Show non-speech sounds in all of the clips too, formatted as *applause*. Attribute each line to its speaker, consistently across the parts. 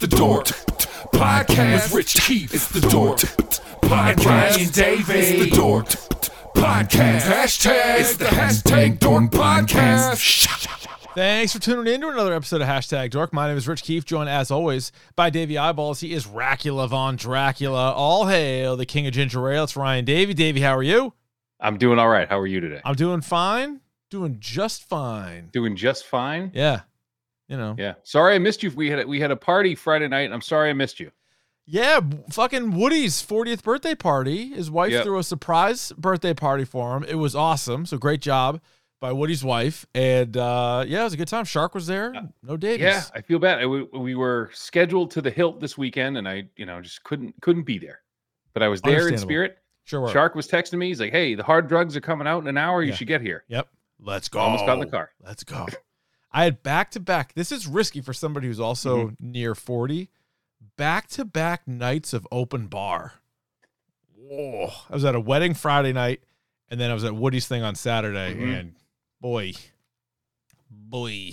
Speaker 1: the Dork Podcast. Rich Keith, it's the Dork Podcast. Ryan Davis, it's the Dork Podcast. Hashtag, it's the hashtag Dork Podcast.
Speaker 2: Thanks for tuning in to another episode of Hashtag Dork. My name is Rich Keefe, joined as always by Davey Eyeballs. He is Dracula von Dracula. All hail the king of ginger ale. It's Ryan Davey. Davey, how are you?
Speaker 3: I'm doing all right. How are you today?
Speaker 2: I'm doing fine. Doing just fine.
Speaker 3: doing just fine. Yeah.
Speaker 2: Yeah. You know.
Speaker 3: Sorry I missed you. We had a, we had a party Friday night. I'm sorry I missed you.
Speaker 2: Yeah, w- fucking Woody's 40th birthday party. His wife
Speaker 3: Yep.
Speaker 2: threw a surprise birthday party for him. It was awesome. So great job by Woody's wife. And uh yeah, it was a good time. Shark was there. No Davies.
Speaker 3: Yeah, I feel bad. I, we, we were scheduled to the hilt this weekend, and I you know just couldn't couldn't be there. But I was there in
Speaker 2: Understandable.
Speaker 3: spirit.
Speaker 2: Sure were.
Speaker 3: Shark was texting me. He's like, "Hey, the hard drugs are coming out in an hour. You
Speaker 2: Yeah.
Speaker 3: should get here."
Speaker 2: Yep. Let's go.
Speaker 3: Almost got in the car.
Speaker 2: Let's go. I had back to back. This is risky for somebody who's also
Speaker 3: Mm-hmm.
Speaker 2: near 40. Back to back nights of open bar. Whoa. I was at a wedding Friday night, and then I was at Woody's thing on Saturday,
Speaker 3: Mhm.
Speaker 2: and boy, boy.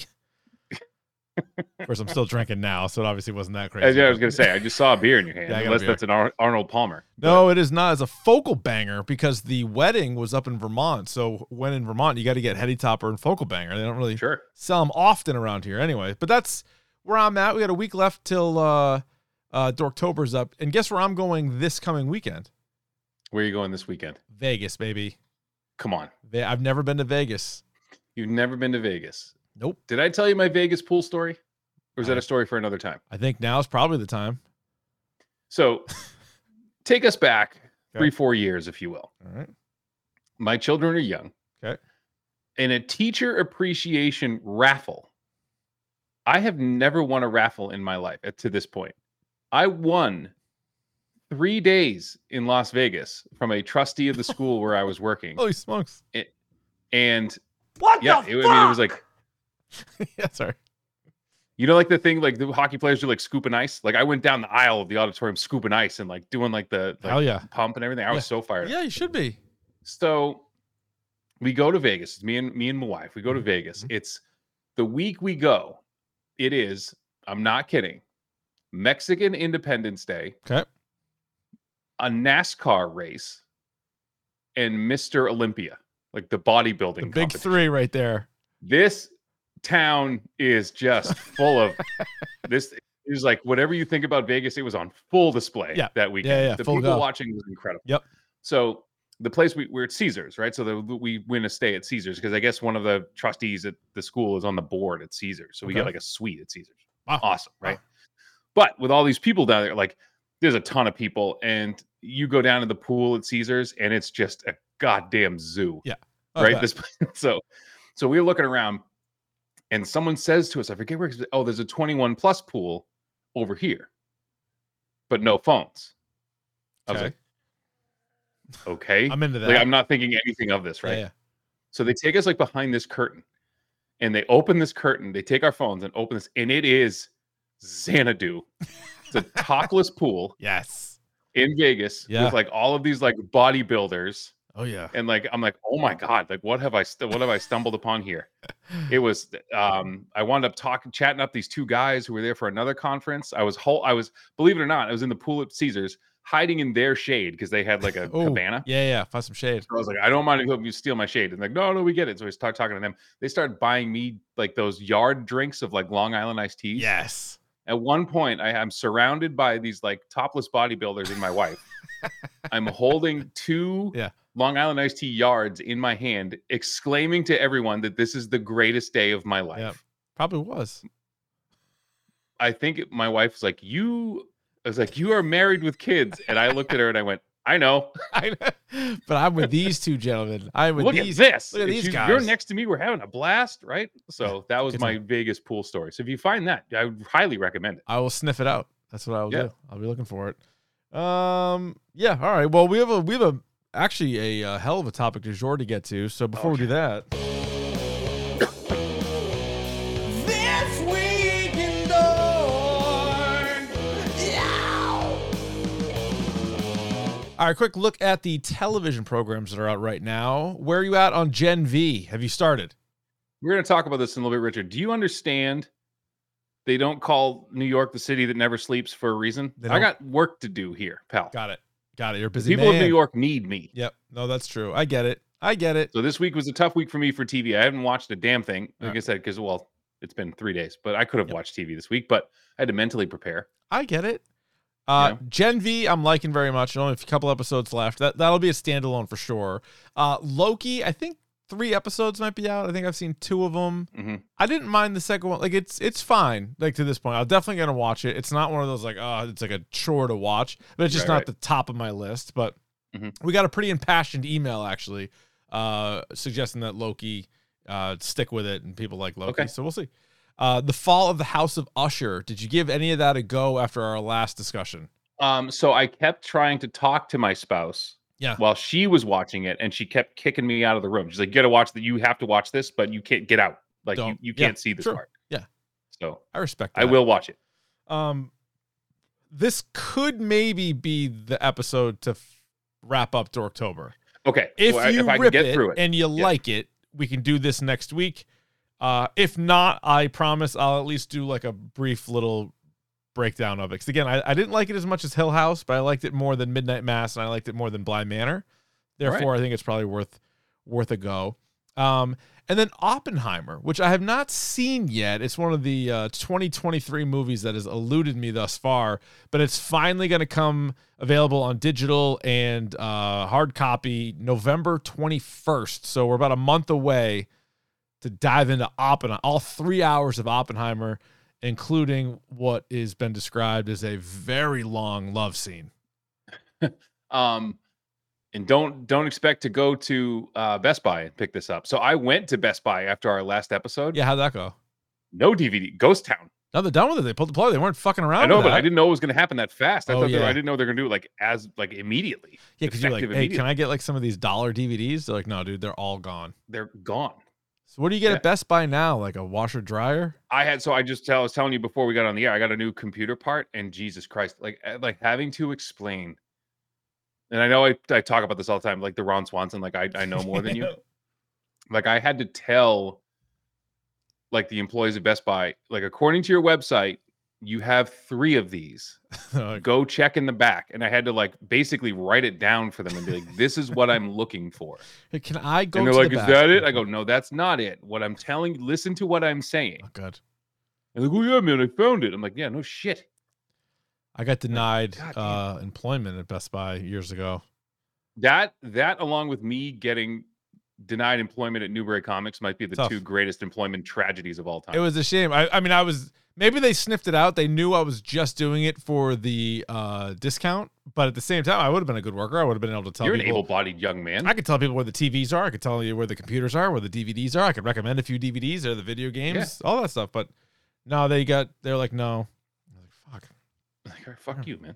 Speaker 2: of course, I'm still drinking now, so it obviously wasn't that
Speaker 3: As
Speaker 2: crazy.
Speaker 3: I was gonna say, I just saw a beer in your hand.
Speaker 2: Yeah, I got a
Speaker 3: unless
Speaker 2: beer.
Speaker 3: that's an Ar- Arnold Palmer.
Speaker 2: No, it is not. It's a focal banger because the wedding was up in Vermont. So when in Vermont, you got to get heady topper and focal banger. They don't really
Speaker 3: Sure.
Speaker 2: sell them often around here anyway. But that's where I'm at. We got a week left till uh uh Dorktober's up. And guess where I'm going this coming weekend?
Speaker 3: Where are you going this weekend?
Speaker 2: Vegas, baby.
Speaker 3: Come on.
Speaker 2: Ve- I've never been to Vegas.
Speaker 3: You've never been to Vegas.
Speaker 2: Nope.
Speaker 3: Did I tell you my Vegas pool story? Or is
Speaker 2: Uh,
Speaker 3: that a story for another time?
Speaker 2: I think now's probably the time.
Speaker 3: So take us back
Speaker 2: Okay.
Speaker 3: three, four years, if you will.
Speaker 2: All right.
Speaker 3: My children are young.
Speaker 2: Okay.
Speaker 3: In a teacher appreciation raffle, I have never won a raffle in my life at- to this point. I won three days in Las Vegas from a trustee of the school where I was
Speaker 2: *laughs*
Speaker 3: working.
Speaker 2: Holy smokes.
Speaker 3: And
Speaker 4: What
Speaker 3: yeah,
Speaker 4: the
Speaker 3: it, I
Speaker 4: fuck?
Speaker 3: mean, it was like,
Speaker 2: yeah, sorry.
Speaker 3: you know, like the thing, like the hockey players do like scooping ice. Like I went down the aisle of the auditorium scooping ice and like doing like the like,
Speaker 2: Hell yeah.
Speaker 3: pump and everything. I
Speaker 2: Yeah.
Speaker 3: was so fired up.
Speaker 2: Yeah, you should be.
Speaker 3: So we go to Vegas. It's me and me and my wife. We go to Vegas.
Speaker 2: mhm.
Speaker 3: It's the week we go. It is, I'm not kidding, Mexican Independence Day,
Speaker 2: Okay.
Speaker 3: a NASCAR race, and Mr. Olympia, like the bodybuilding.
Speaker 2: The big
Speaker 3: competition.
Speaker 2: three right there.
Speaker 3: This town is just full
Speaker 2: *laughs*
Speaker 3: of this. It was like whatever you think about Vegas, it was on full display
Speaker 2: Yeah.
Speaker 3: that weekend.
Speaker 2: yeah,
Speaker 3: the
Speaker 2: full
Speaker 3: people
Speaker 2: go.
Speaker 3: watching was incredible.
Speaker 2: Yep.
Speaker 3: So the place we, we're at Caesars, right? So the, we win a stay at Caesars because I guess one of the trustees at the school is on the board at Caesars. So we get
Speaker 2: Okay.
Speaker 3: like a suite at Caesars.
Speaker 2: Wow.
Speaker 3: Awesome,
Speaker 2: Wow.
Speaker 3: right? But with all these people down there, like there's a ton of people, and you go down to the pool at Caesars, and it's just a goddamn zoo
Speaker 2: Oh, I
Speaker 3: right?
Speaker 2: bet.
Speaker 3: This *laughs* so so we were looking around, and someone says to us, I forget where. it's- Oh, there's a 21 plus pool over here, but no phones. I was
Speaker 2: Okay.
Speaker 3: like, okay,
Speaker 2: I'm into that.
Speaker 3: like I'm not thinking anything of this,
Speaker 2: Yeah,
Speaker 3: right?
Speaker 2: yeah.
Speaker 3: So they take us like behind this curtain, and they open this curtain. They take our phones and open this, and it is Xanadu. It's a
Speaker 2: *laughs*
Speaker 3: topless pool
Speaker 2: Yes.
Speaker 3: in Vegas
Speaker 2: Yeah.
Speaker 3: with like all of these like bodybuilders
Speaker 2: Oh yeah.
Speaker 3: and like I'm like, oh my god, like what have I st- what have I stumbled upon here? It was um I wound up talking chatting up these two guys who were there for another conference. I was whole I was believe it or not, I was in the pool at Caesars hiding in their shade because they had like a
Speaker 2: Oh,
Speaker 3: cabana.
Speaker 2: Yeah, yeah. Find some shade.
Speaker 3: So I was like, I don't mind if you steal my shade. And like, no, no, we get it. So we start talking to them. They started buying me like those yard drinks of like Long Island iced teas.
Speaker 2: Yes.
Speaker 3: At one point, I am surrounded by these like topless bodybuilders and my wife. I'm holding two
Speaker 2: Yeah.
Speaker 3: Long Island iced tea yards in my hand, exclaiming to everyone that this is the greatest day of my life.
Speaker 2: Yep. Probably was. *laughs*
Speaker 3: I think it- my wife was like, "You," I was like, "You are married with kids," and I looked at her and I went, "I know.
Speaker 2: I know. But I'm with these two gentlemen. I'm with
Speaker 3: look
Speaker 2: these
Speaker 3: at this.
Speaker 2: look at
Speaker 3: And
Speaker 2: these
Speaker 3: she's- You're
Speaker 2: guys."
Speaker 3: next to me. We're having a blast, right?"
Speaker 2: *sighs*
Speaker 3: So that was
Speaker 2: Good
Speaker 3: my Vegas pool story. So if you find that, I would highly recommend it.
Speaker 2: I will sniff it out. That's what I will
Speaker 3: Yeah.
Speaker 2: do. I'll be looking for it. Um, yeah. All right. Well, we have a we have a actually a, uh hell of a topic du jour to get to. So before we do that,
Speaker 4: This week in Dork. Yeah.
Speaker 2: all right, quick look at the television programs that are out right now. Where are you at on Gen V? Have you started?
Speaker 3: We're going to talk about this in a little bit, Richard. Do you understand They don't call New York the city that never sleeps for a reason.
Speaker 2: They
Speaker 3: I
Speaker 2: don't.
Speaker 3: got work to do here, pal.
Speaker 2: Got it. Got it. You're a busy.
Speaker 3: People of New
Speaker 2: man.
Speaker 3: York need me.
Speaker 2: Yep. No, that's true. I get it. I get it.
Speaker 3: So this week was a tough week for me for TV. I haven't watched a damn thing, like I
Speaker 2: Alright.
Speaker 3: said, because well, it's been three days, but I could have
Speaker 2: Yep.
Speaker 3: watched TV this week, but I had to mentally prepare.
Speaker 2: I get it. Uh, Gen V, I'm liking very much. Only a couple episodes left. That that'll be a standalone for sure. Uh, Loki, I think three episodes might be out. I think I've seen two of them.
Speaker 3: Mhm.
Speaker 2: I didn't mind the second one. Like it's it's fine. Like to this point, I'm definitely gonna watch it. It's not one of those like oh, it's like a chore to watch, but it's just
Speaker 3: Right,
Speaker 2: not
Speaker 3: right.
Speaker 2: the top of my list. But
Speaker 3: Mhm.
Speaker 2: we got a pretty impassioned email actually, uh, suggesting that Loki uh stick with it and people like Loki.
Speaker 3: Okay.
Speaker 2: So we'll see. Uh, the fall of the House of Usher. Did you give any of that a go after our last discussion?
Speaker 3: Um, so I kept trying to talk to my spouse
Speaker 2: Yeah.
Speaker 3: while she was watching it, and she kept kicking me out of the room. She's like, "You gotta watch that. You have to watch this, but you can't get out. Like you,
Speaker 2: Don't-
Speaker 3: you
Speaker 2: yeah,
Speaker 3: can't see this
Speaker 2: true.
Speaker 3: part."
Speaker 2: Yeah.
Speaker 3: So
Speaker 2: I respect. That.
Speaker 3: I will watch it.
Speaker 2: Um, this could maybe be the episode to f- wrap up to October.
Speaker 3: Okay.
Speaker 2: If
Speaker 3: well, I-
Speaker 2: you
Speaker 3: if I can
Speaker 2: rip
Speaker 3: get
Speaker 2: it,
Speaker 3: through it,
Speaker 2: and you
Speaker 3: Yeah.
Speaker 2: like it, we can do this next week. Uh, if not, I promise I'll at least do like a brief little breakdown of it. 'Cause again, I, I didn't like it as much as Hill House, but I liked it more than Midnight Mass, and I liked it more than Blind Manor. Therefore, I think it's probably worth worth a go. Um, and then Oppenheimer, which I have not seen yet. It's one of the uh, 2023 movies that has eluded me thus far, but it's finally going to come available on digital and uh, hard copy November 21st. So we're about a month away to dive into Oppenheimer, all three hours of Oppenheimer, including what has been described as a very long love scene.
Speaker 3: um and don't don't expect to go to uh best buy and pick this up so i went to best buy after our last episode
Speaker 2: Yeah, how'd that go?
Speaker 3: no dvd ghost town
Speaker 2: Now they're done with it. They pulled the plug. They weren't fucking around.
Speaker 3: i know
Speaker 2: with
Speaker 3: but i
Speaker 2: that.
Speaker 3: didn't know it was going to happen that fast i
Speaker 2: Oh,
Speaker 3: thought they were-
Speaker 2: yeah.
Speaker 3: i didn't know they're going to do it like as like immediately
Speaker 2: Yeah, because you're like,
Speaker 3: effective
Speaker 2: hey, can
Speaker 3: immediately.
Speaker 2: I get like some of these dollar DVDs? They're like, no, dude, they're all gone.
Speaker 3: they're gone
Speaker 2: So what do you get
Speaker 3: Yeah.
Speaker 2: at Best Buy now? Like a washer dryer?
Speaker 3: i had so i just tell, I was telling you before we got on the air i got a new computer part and jesus christ like uh, like having to explain and i know i, I talk about this all the time like the ron swanson like i, I know more
Speaker 2: *laughs*
Speaker 3: than *laughs* you like I had to tell like the employees of Best Buy, like according to your website, you have three of these.
Speaker 2: Like,
Speaker 3: Go check in the back. And I had to like basically write it down for them and be like, this is what I'm looking *laughs* for.
Speaker 2: "Hey, can I go?
Speaker 3: and they're
Speaker 2: to
Speaker 3: like,
Speaker 2: the
Speaker 3: is
Speaker 2: back?"
Speaker 3: that it? I go, no, that's not it. What I'm telling you, listen to what I'm saying.
Speaker 2: Oh, good.
Speaker 3: And they're like, oh yeah, man, I found it. I'm like, yeah, no shit.
Speaker 2: I got denied
Speaker 3: God damn.
Speaker 2: uh, employment at Best Buy years ago.
Speaker 3: That that along with me getting denied employment at Newberry Comics might be the
Speaker 2: Tough.
Speaker 3: two greatest employment tragedies of all time.
Speaker 2: It was a shame. I, I mean, I was maybe they sniffed it out. They knew I was just doing it for the uh, discount, but at the same time, I would have been a good worker. I would have been able to tell
Speaker 3: You're an
Speaker 2: people.
Speaker 3: able-bodied young man.
Speaker 2: I could tell people where the TVs are. I could tell you where the computers are, where the DVDs are. I could recommend a few DVDs or the video games, all that stuff. But no, they got. They're like, no. I'm like, fuck.
Speaker 3: *laughs* Like, Fuck you, man.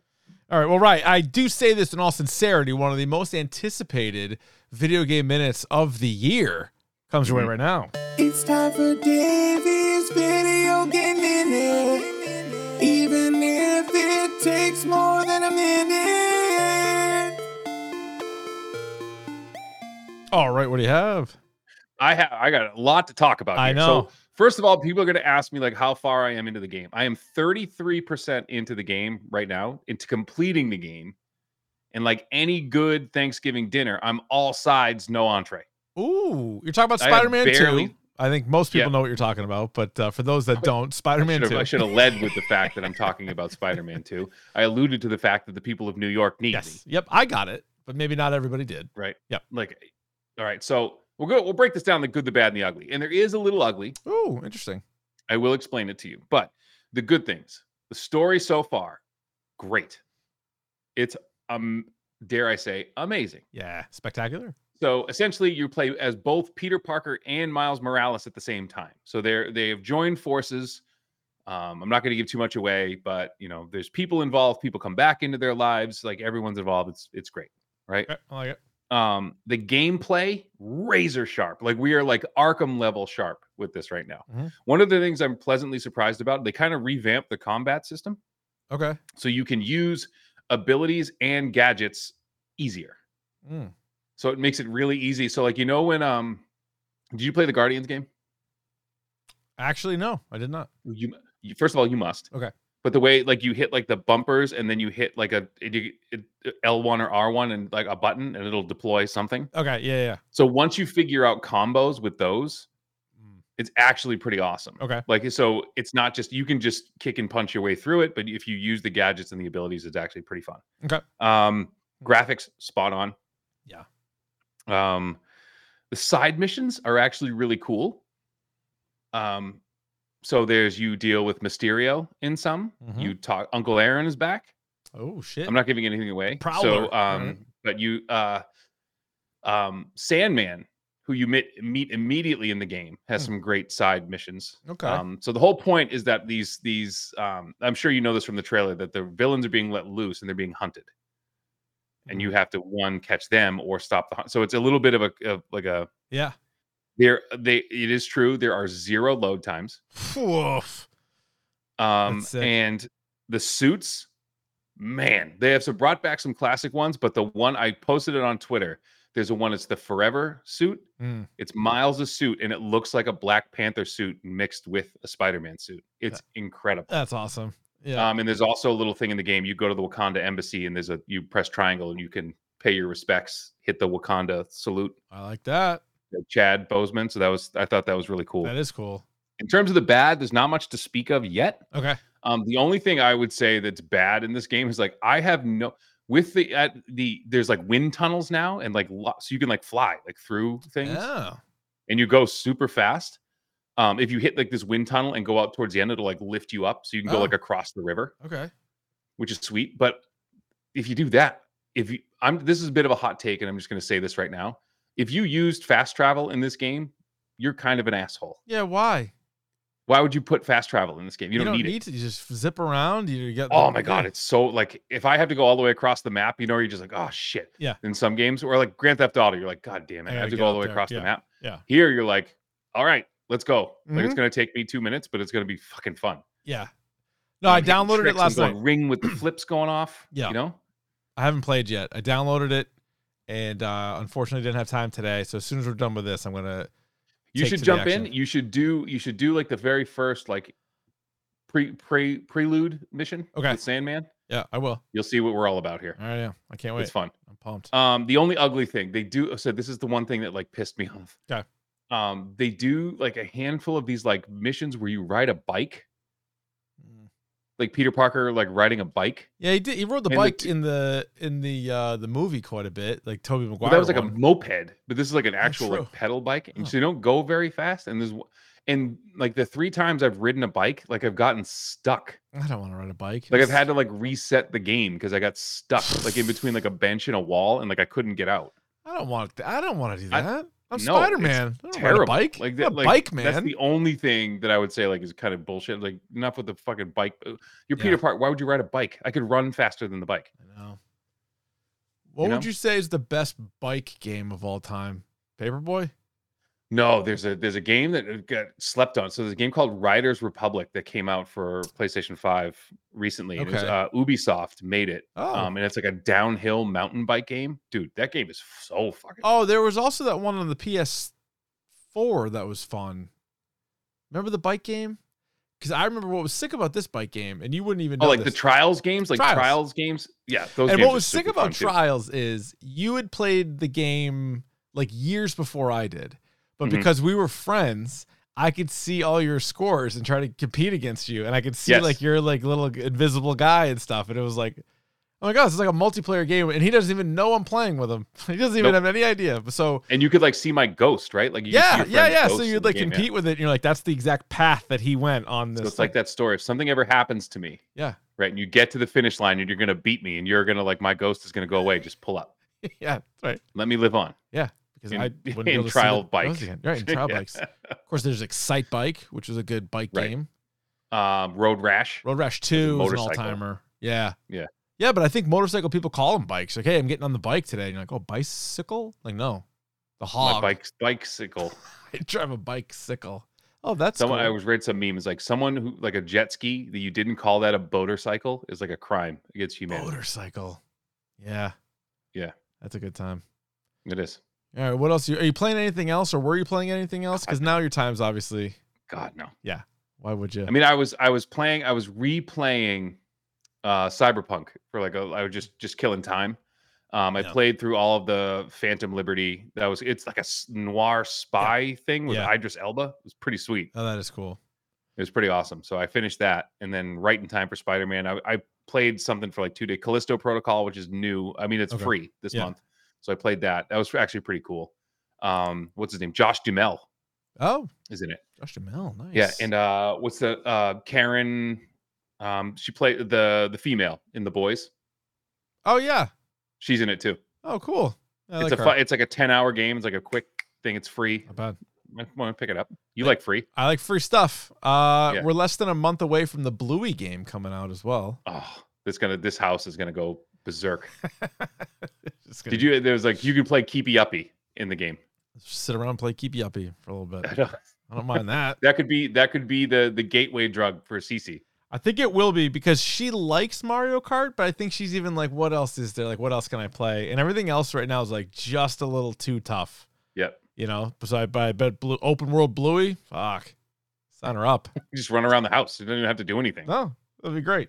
Speaker 2: All right. Well, right. I do say this in all sincerity. One of the most anticipated video game minutes of the year comes your way
Speaker 3: Mhm.
Speaker 2: right now.
Speaker 4: It's time for Davey's video game minute. Even if it takes more than a minute.
Speaker 2: All right. What do you have?
Speaker 3: I have I got a lot to talk about.
Speaker 2: I
Speaker 3: here.
Speaker 2: know.
Speaker 3: So first of all, people are going to ask me like how far I am into the game. I am 33% into the game right now, into completing the game. And like any good Thanksgiving dinner, I'm all sides, no entree.
Speaker 2: Ooh, you're talking about
Speaker 3: I have
Speaker 2: Spider-Man
Speaker 3: barely-
Speaker 2: 2. I think most people
Speaker 3: Yeah.
Speaker 2: know what you're talking about, but uh, for those
Speaker 3: *laughs*
Speaker 2: that don't, Spider-Man
Speaker 3: Should've- I
Speaker 2: 2.
Speaker 3: should have led with the fact that I'm talking about Spider-Man 2. I alluded to the fact that the people of New York need me.
Speaker 2: Yes. Yep. I got it, but maybe not everybody did.
Speaker 3: Right.
Speaker 2: Yep.
Speaker 3: Like, all right. So we'll go, we'll break this down the good, the bad, and the ugly. And there is a little ugly.
Speaker 2: Ooh, interesting.
Speaker 3: I will explain it to you. But the good things, the story so far, great. It's um dare I say amazing.
Speaker 2: Yeah, spectacular.
Speaker 3: So essentially you play as both Peter Parker and Miles Morales at the same time. So they're they have joined forces. Um, I'm not going to give too much away, but you know, there's people involved, people come back into their lives, like everyone's involved. It's it's great, right?
Speaker 2: Okay, I like it.
Speaker 3: Um, the gameplay razor sharp. Like we are like Arkham level sharp with this right now.
Speaker 2: Mhm.
Speaker 3: One of the things I'm pleasantly surprised about, they kind of revamped the combat system
Speaker 2: Okay.
Speaker 3: so you can use abilities and gadgets easier.
Speaker 2: Mm.
Speaker 3: So it makes it really easy. So like you know when um did you play the Guardians game?
Speaker 2: Actually, no, I did not.
Speaker 3: You You, first of all, you must.
Speaker 2: Okay.
Speaker 3: But the way like you hit like the bumpers and then you hit like a it- it- L1 or R1 and like a button and it'll deploy something.
Speaker 2: Okay. Yeah. Yeah.
Speaker 3: So once you figure out combos with those,
Speaker 2: Mm.
Speaker 3: it's actually pretty awesome.
Speaker 2: Okay.
Speaker 3: Like eh, so it's not just you can just kick and punch your way through it, but if you use the gadgets and the abilities, it's actually pretty fun.
Speaker 2: Okay. Hmm.
Speaker 3: Um graphics spot on.
Speaker 2: Yeah.
Speaker 3: Um the side missions are actually really cool. Um so there's you deal with Mysterio in some.
Speaker 2: Mhm.
Speaker 3: You talk Uncle Aaron is back.
Speaker 2: Oh shit.
Speaker 3: I'm not giving anything away.
Speaker 2: Prowler,
Speaker 3: So,
Speaker 2: all
Speaker 3: um,
Speaker 2: right.
Speaker 3: but you, uh, um, Sandman, who you meet, meet immediately in the game, has
Speaker 2: Hmm.
Speaker 3: some great side missions.
Speaker 2: okay.
Speaker 3: Um, so the whole point is that these these um, I'm sure you know this from the trailer that the villains are being let loose and they're being hunted, and you have to one catch them or stop the hunt. So it's a little bit of a of like a
Speaker 2: yeah.
Speaker 3: there they it is true there are zero load times.
Speaker 2: Woof.
Speaker 3: Um,
Speaker 2: sick.
Speaker 3: and the suits, man, they have so brought back some classic ones, but the one I posted it on Twitter. There's a one. It's the Forever suit.
Speaker 2: Mm.
Speaker 3: It's Miles' suit, and it looks like a Black Panther suit mixed with a Spider-Man suit. It's incredible.
Speaker 2: That's awesome. Yeah.
Speaker 3: Um, and there's also a little thing in the game. You go to the Wakanda embassy, and there's a you press triangle, and you can pay your respects, hit the Wakanda salute,
Speaker 2: I like that.
Speaker 3: uh, Chad Bozeman. So that was I thought that was really cool.
Speaker 2: That is cool.
Speaker 3: in terms of the bad, there's not much to speak of yet.
Speaker 2: Okay.
Speaker 3: Um, the only thing I would say that's bad in this game is like I have no with the at the there's like wind tunnels now and like lo- so you can like fly like through things
Speaker 2: Yeah.
Speaker 3: and you go super fast. Um, if you hit like this wind tunnel and go out towards the end, it'll like lift you up so you can go
Speaker 2: Oh.
Speaker 3: like across the river,
Speaker 2: Okay.
Speaker 3: which is sweet. But if you do that, if you I'm this is a bit of a hot take, and I'm just gonna say this right now. If you used fast travel in this game, you're kind of an asshole.
Speaker 2: Yeah. Why?
Speaker 3: Why would you put fast travel in this game? You, don't, need, it.
Speaker 2: to. You just zip around. You get.
Speaker 3: Oh
Speaker 2: the-
Speaker 3: my god,
Speaker 2: yeah.
Speaker 3: it's so like if I have to go all the way across the map, you know, you're just like, oh shit.
Speaker 2: Yeah.
Speaker 3: In some games, or like Grand Theft Auto, you're like, God damn it,
Speaker 2: I
Speaker 3: I,
Speaker 2: gotta
Speaker 3: have to
Speaker 2: get
Speaker 3: go all the
Speaker 2: up
Speaker 3: way
Speaker 2: there,
Speaker 3: across
Speaker 2: yeah,
Speaker 3: the map.
Speaker 2: yeah.
Speaker 3: Here you're like, all right, let's go. Like it's
Speaker 2: Mhm.
Speaker 3: gonna take me two minutes, but it's gonna be fucking fun.
Speaker 2: Yeah. No, I
Speaker 3: I'm hitting
Speaker 2: downloaded it
Speaker 3: tricks, I'm
Speaker 2: last
Speaker 3: going
Speaker 2: night.
Speaker 3: Ring
Speaker 2: *clears throat*
Speaker 3: with the flips going off.
Speaker 2: Yeah.
Speaker 3: You know?
Speaker 2: I haven't played yet. I downloaded it, and uh, unfortunately didn't have time today. So as soon as we're done with this, I'm gonna.
Speaker 3: You
Speaker 2: Take
Speaker 3: should
Speaker 2: to the
Speaker 3: jump in.
Speaker 2: action.
Speaker 3: You should do you should do like the very first like pre pre prelude mission
Speaker 2: Okay.
Speaker 3: with Sandman.
Speaker 2: Yeah, I will.
Speaker 3: You'll see what we're all about here.
Speaker 2: All right. Yeah. I can't
Speaker 3: It's
Speaker 2: wait.
Speaker 3: fun.
Speaker 2: I'm pumped.
Speaker 3: Um, the only ugly thing they do. uh, So this is the one thing that like pissed me *laughs* off.
Speaker 2: Okay.
Speaker 3: Um, they do like a handful of these like missions where you ride a bike, Uh,
Speaker 2: Mm.
Speaker 3: like Peter Parker like riding a bike.
Speaker 2: Yeah, he did. He rode the
Speaker 3: and the
Speaker 2: bike
Speaker 3: t-
Speaker 2: in the in the uh the movie quite a bit, like Toby
Speaker 3: Well,
Speaker 2: Maguire.
Speaker 3: that was like a
Speaker 2: one.
Speaker 3: moped, but this is like an actual
Speaker 2: true.
Speaker 3: like pedal bike, and
Speaker 2: Huh.
Speaker 3: so you don't go very fast. And there's w- and like the three times I've ridden a bike, like I've gotten stuck.
Speaker 2: I don't want to ride a bike.
Speaker 3: Like I've
Speaker 2: It's-
Speaker 3: had to like reset the game because I got stuck like in between like a bench and a wall, and like I couldn't get out.
Speaker 2: I don't want. I don't want to do
Speaker 3: I-
Speaker 2: that. I, am
Speaker 3: no, it's
Speaker 2: Spider Man.
Speaker 3: terrible. Like,
Speaker 2: Bike. Like
Speaker 3: that,
Speaker 2: a
Speaker 3: like,
Speaker 2: bike man.
Speaker 3: That's the only thing that I would say like is kind of bullshit. Like enough with the fucking bike. Uh, You're
Speaker 2: Yeah.
Speaker 3: Peter Park. Why would you ride a bike? I could run faster than the bike.
Speaker 2: I know. What
Speaker 3: You
Speaker 2: would
Speaker 3: know?
Speaker 2: you say is the best bike game of all time? Paperboy.
Speaker 3: No, there's a there's a game that uh, got slept on. So there's a game called Riders Republic that came out for PlayStation 5 recently. and It was,
Speaker 2: Okay.
Speaker 3: uh, Ubisoft made it.
Speaker 2: Oh.
Speaker 3: Um, and it's like a downhill mountain bike game. Dude, that game is so fucking
Speaker 2: oh, there was also that one on the PS4 that was fun. Remember the bike game? Because I remember what was sick about this bike game, and you wouldn't even know
Speaker 3: Oh, like the
Speaker 2: this.
Speaker 3: trials games, like
Speaker 2: Trials.
Speaker 3: trials, games. Yeah, those
Speaker 2: and
Speaker 3: games are
Speaker 2: what was sick
Speaker 3: super fun
Speaker 2: about
Speaker 3: too.
Speaker 2: trials is you had played the game like years before I did, but
Speaker 3: Mhm.
Speaker 2: because we were friends, I could see all your scores and try to compete against you, and I could see
Speaker 3: Yes.
Speaker 2: like your like little invisible guy and stuff, and it was like. Oh my gosh, it's like a multiplayer game, and he doesn't even know I'm playing with him. *laughs* He doesn't even
Speaker 3: Nope.
Speaker 2: have any idea. So
Speaker 3: And you could like see my ghost, right? Like you could see
Speaker 2: yeah,
Speaker 3: your
Speaker 2: yeah,
Speaker 3: friend's
Speaker 2: yeah. So
Speaker 3: ghost in
Speaker 2: you'd
Speaker 3: the
Speaker 2: like
Speaker 3: game, yeah.
Speaker 2: compete with it, and you're like, that's the exact path that he went on this.
Speaker 3: So it's like that story. If something ever happens to me,
Speaker 2: Yeah.
Speaker 3: right, and you get to the finish line and you're gonna beat me, and you're gonna like my ghost is gonna go away. Just pull up.
Speaker 2: that. *laughs* yeah, that's right.
Speaker 3: Let me live
Speaker 2: *laughs*
Speaker 3: on.
Speaker 2: because
Speaker 3: *laughs* in-
Speaker 2: I wouldn't be
Speaker 3: in
Speaker 2: able to see
Speaker 3: trial
Speaker 2: the-
Speaker 3: bike.
Speaker 2: those again. Right,
Speaker 3: *laughs*
Speaker 2: in trial
Speaker 3: Yeah.
Speaker 2: bikes. Of course, there's Excite Bike, which was a good bike
Speaker 3: Right.
Speaker 2: game.
Speaker 3: Um, Road Rash.
Speaker 2: Road Rash Two was an all
Speaker 3: motorcycle.
Speaker 2: timer. Yeah,
Speaker 3: Yeah.
Speaker 2: yeah. But I think motorcycle people call them bikes. Like, hey, I'm getting on the bike today. And you're like, oh, bicycle? Like, no, the
Speaker 3: My
Speaker 2: hog.
Speaker 3: bike's bicycle.
Speaker 2: *laughs* I drive a bicycle. Oh, that's
Speaker 3: Someone I
Speaker 2: cool.
Speaker 3: was read some memes like someone who like a jet ski that you didn't call that a motorcycle is like a crime against humanity.
Speaker 2: motorcycle. Yeah,
Speaker 3: Yeah.
Speaker 2: That's a good time.
Speaker 3: It is.
Speaker 2: All right, what else? Are you, are you playing anything else, or were you playing anything else? Because now your time's obviously
Speaker 3: God no.
Speaker 2: Yeah. Why would you?
Speaker 3: I mean, I was I was playing, I was replaying uh Cyberpunk for like a, I was just just killing time. Um, I
Speaker 2: Yeah.
Speaker 3: played through all of the Phantom Liberty. That was it's like a s- noir spy thing with
Speaker 2: Yeah.
Speaker 3: Idris Elba. It was pretty sweet.
Speaker 2: oh, that is cool.
Speaker 3: It was pretty awesome. So I finished that, and then right in time for Spider Man, I, I played something for like two day Callisto Protocol, which is new. I mean, it's
Speaker 2: Okay.
Speaker 3: free this
Speaker 2: Yeah.
Speaker 3: month, so I played that. That was actually pretty cool. Um, what's his name? Josh Dumel
Speaker 2: Oh,
Speaker 3: is in it.
Speaker 2: Josh Jamel, nice.
Speaker 3: Yeah, and uh, what's the uh, Karen? Um, she played the the female in the boys.
Speaker 2: oh yeah,
Speaker 3: She's in it too.
Speaker 2: oh cool. I
Speaker 3: it's
Speaker 2: like
Speaker 3: a
Speaker 2: her.
Speaker 3: fun, it's like a ten hour game. It's like a quick thing. It's free.
Speaker 2: Not bad.
Speaker 3: I want to pick it up. You
Speaker 2: Yeah.
Speaker 3: like free?
Speaker 2: I like free stuff. Uh,
Speaker 3: Yeah.
Speaker 2: We're less than a month away from the Bluey game coming out
Speaker 3: *laughs*
Speaker 2: as well.
Speaker 3: Oh, this gonna this house is gonna go berserk.
Speaker 2: Just gonna
Speaker 3: Did you? There was like you can play Keepy Uppy in the game. *laughs*
Speaker 2: sit around and play Keepy Uppy for a little bit?
Speaker 3: I know.
Speaker 2: I don't
Speaker 3: *laughs*
Speaker 2: mind that.
Speaker 3: That could be that could be the the gateway drug for Cece.
Speaker 2: I think it will be because she likes Mario Kart, but I think she's even like, what else is there? Like, what else can I play? And everything else right now is like just a little too tough.
Speaker 3: Yep.
Speaker 2: You know, besides, but I bet blue, open world Bluey, fuck, sign her up.
Speaker 3: You just run around the house. You don't even have to do anything.
Speaker 2: No, that'd be great.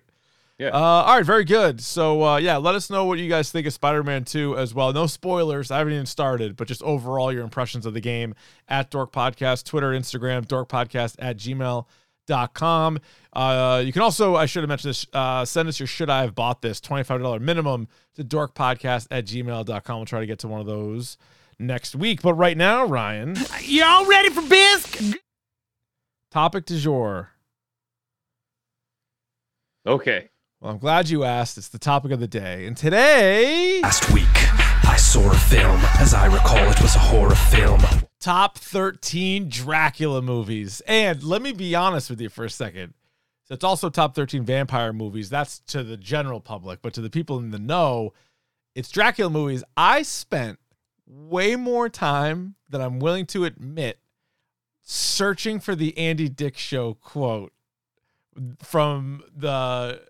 Speaker 3: Yeah.
Speaker 2: Uh, all right, very good. So uh, yeah, let us know what you guys think of Spider-Man 2 as well. No spoilers. I haven't even started, but just overall your impressions of the game at Dork Podcast, Twitter, Instagram, Dork Podcast at gmail.com. Uh, you can also, I should have mentioned this, uh, send us your should I have bought this $25 minimum to dorkpodcast at gmail.com. We'll try to get to one of those next week. But right now, Ryan,
Speaker 4: Y'all ready for bisque?
Speaker 2: topic du jour.
Speaker 3: Okay. *laughs*
Speaker 2: Well, I'm glad you asked. It's the topic of the day. And today,
Speaker 1: Last week, I saw a film. As I recall, it was a horror film.
Speaker 2: top 13 Dracula movies. And let me be honest with you for a second. So it's also top 13 vampire movies. That's to the general public, but to the people in the know, it's Dracula movies. I spent way more time than I'm willing to admit searching for the Andy Dick show quote from the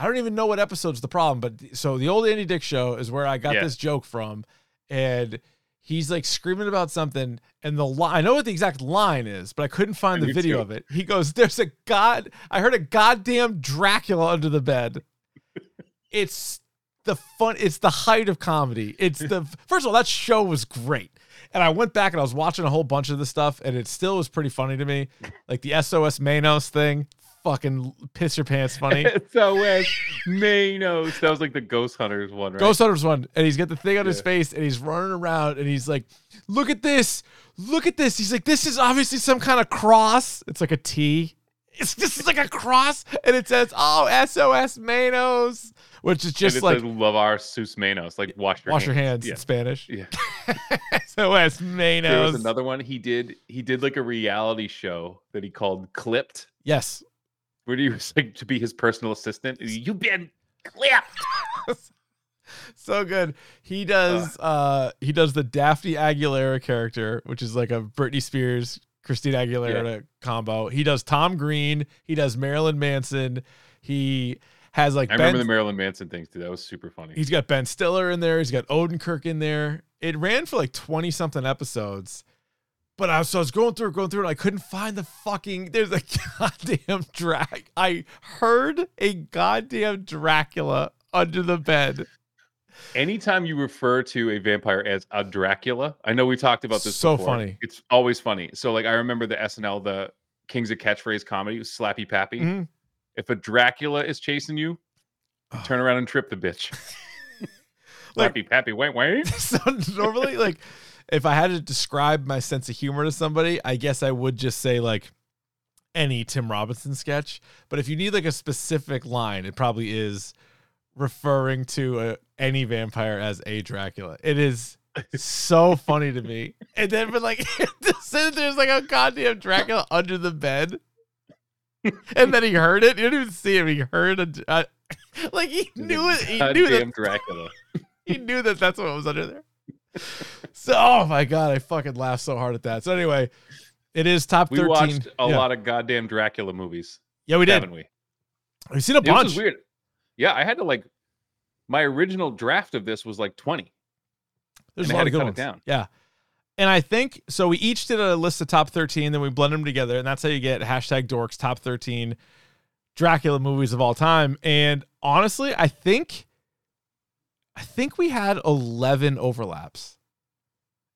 Speaker 2: I don't even know what episode's the problem, but so the old Andy Dick show is where I got
Speaker 3: Yeah.
Speaker 2: this joke from and he's like screaming about something and the line I know what the exact line is, but I couldn't find
Speaker 3: I
Speaker 2: the
Speaker 3: do
Speaker 2: video
Speaker 3: too.
Speaker 2: of it. He goes, "There's a god I heard a goddamn Dracula under
Speaker 3: *laughs*
Speaker 2: the bed." it's the fun it's the height of comedy
Speaker 3: *laughs*
Speaker 2: it's the first of all that show was great and i went back and i was watching a whole bunch of the stuff and it still was pretty funny to me like the sos manos thing fucking piss your
Speaker 3: *laughs*
Speaker 2: pants funny
Speaker 3: so Wes Manos. That was like the Ghost Hunters one, right?
Speaker 2: Ghost Hunters one, and he's got the thing on his
Speaker 3: Yeah.
Speaker 2: face, and he's running around, and he's like, "Look at this! Look at this!" He's like, "This is obviously some kind of cross. It's like a T. It's this is like a cross, and it says, oh, SOS Manos,' which is
Speaker 3: And
Speaker 2: just
Speaker 3: it
Speaker 2: like
Speaker 3: says, love our Seuss Manos. Like wash your
Speaker 2: wash your
Speaker 3: hands.
Speaker 2: hands in
Speaker 3: Yeah.
Speaker 2: Spanish. *laughs*
Speaker 3: Yeah.
Speaker 2: SOS
Speaker 3: There was
Speaker 2: Manos.
Speaker 3: another one he did. He did like a reality show that he called Clipped,
Speaker 2: yes.
Speaker 3: where he was like to be his personal assistant. You've been clipped.
Speaker 2: So good. He does uh, he does the Daphne Aguilera character, which is like a Britney Spears, Christine Aguilera combo. He does Tom Green, he does Marilyn Manson, he has like
Speaker 3: I
Speaker 2: Ben,
Speaker 3: remember the Marilyn Manson things too. That was super funny.
Speaker 2: he's got Ben Stiller in there, he's got Odenkirk in there. It ran for like 20 something episodes. But I was, so I was going through, going through, and I couldn't find the fucking. There's a *laughs* goddamn drag. I heard a goddamn Dracula under the bed.
Speaker 3: Anytime you refer to a vampire as a Dracula, I know we talked about this.
Speaker 2: So
Speaker 3: before.
Speaker 2: funny.
Speaker 3: It's always funny. So like I remember the SNL, the Kings of Catchphrase comedy, was Slappy Pappy.
Speaker 2: Mhm.
Speaker 3: If a Dracula is chasing you,
Speaker 2: Oh.
Speaker 3: turn around and trip the bitch.
Speaker 2: *laughs*
Speaker 3: *laughs*
Speaker 2: Like-
Speaker 3: Slappy Pappy, wait, wait.
Speaker 2: *laughs* so normally like if i had to describe my sense of humor to somebody i guess i would just say like any tim robinson sketch but if you need like a specific line it probably is referring to a, any vampire as a dracula it is so funny to me and then but like *laughs* to sit there's like a goddamn dracula under the bed and then he heard it you didn't even see him he heard a *laughs* uh, like he knew it he knew that
Speaker 3: Goddamn Dracula.
Speaker 2: *laughs* he knew that that's what was under there. So, oh my god, I fucking laughed so hard at that. So anyway, it is top
Speaker 3: We
Speaker 2: thirteen.
Speaker 3: watched a
Speaker 2: yeah.
Speaker 3: lot of goddamn Dracula movies,
Speaker 2: Yeah, we did.
Speaker 3: haven't we?
Speaker 2: We've seen a
Speaker 3: It was
Speaker 2: bunch.
Speaker 3: weird. Yeah, I had to like my original draft of this was like 20.
Speaker 2: There's
Speaker 3: and
Speaker 2: a
Speaker 3: I
Speaker 2: lot
Speaker 3: had
Speaker 2: of
Speaker 3: to
Speaker 2: good
Speaker 3: cut it
Speaker 2: ones.
Speaker 3: down.
Speaker 2: Yeah, And I think so. We each did a list of top 13, then we blend them together, and that's how you get hashtag dorks top 13 Dracula movies of all time. And honestly, I think I think we had 11 overlaps.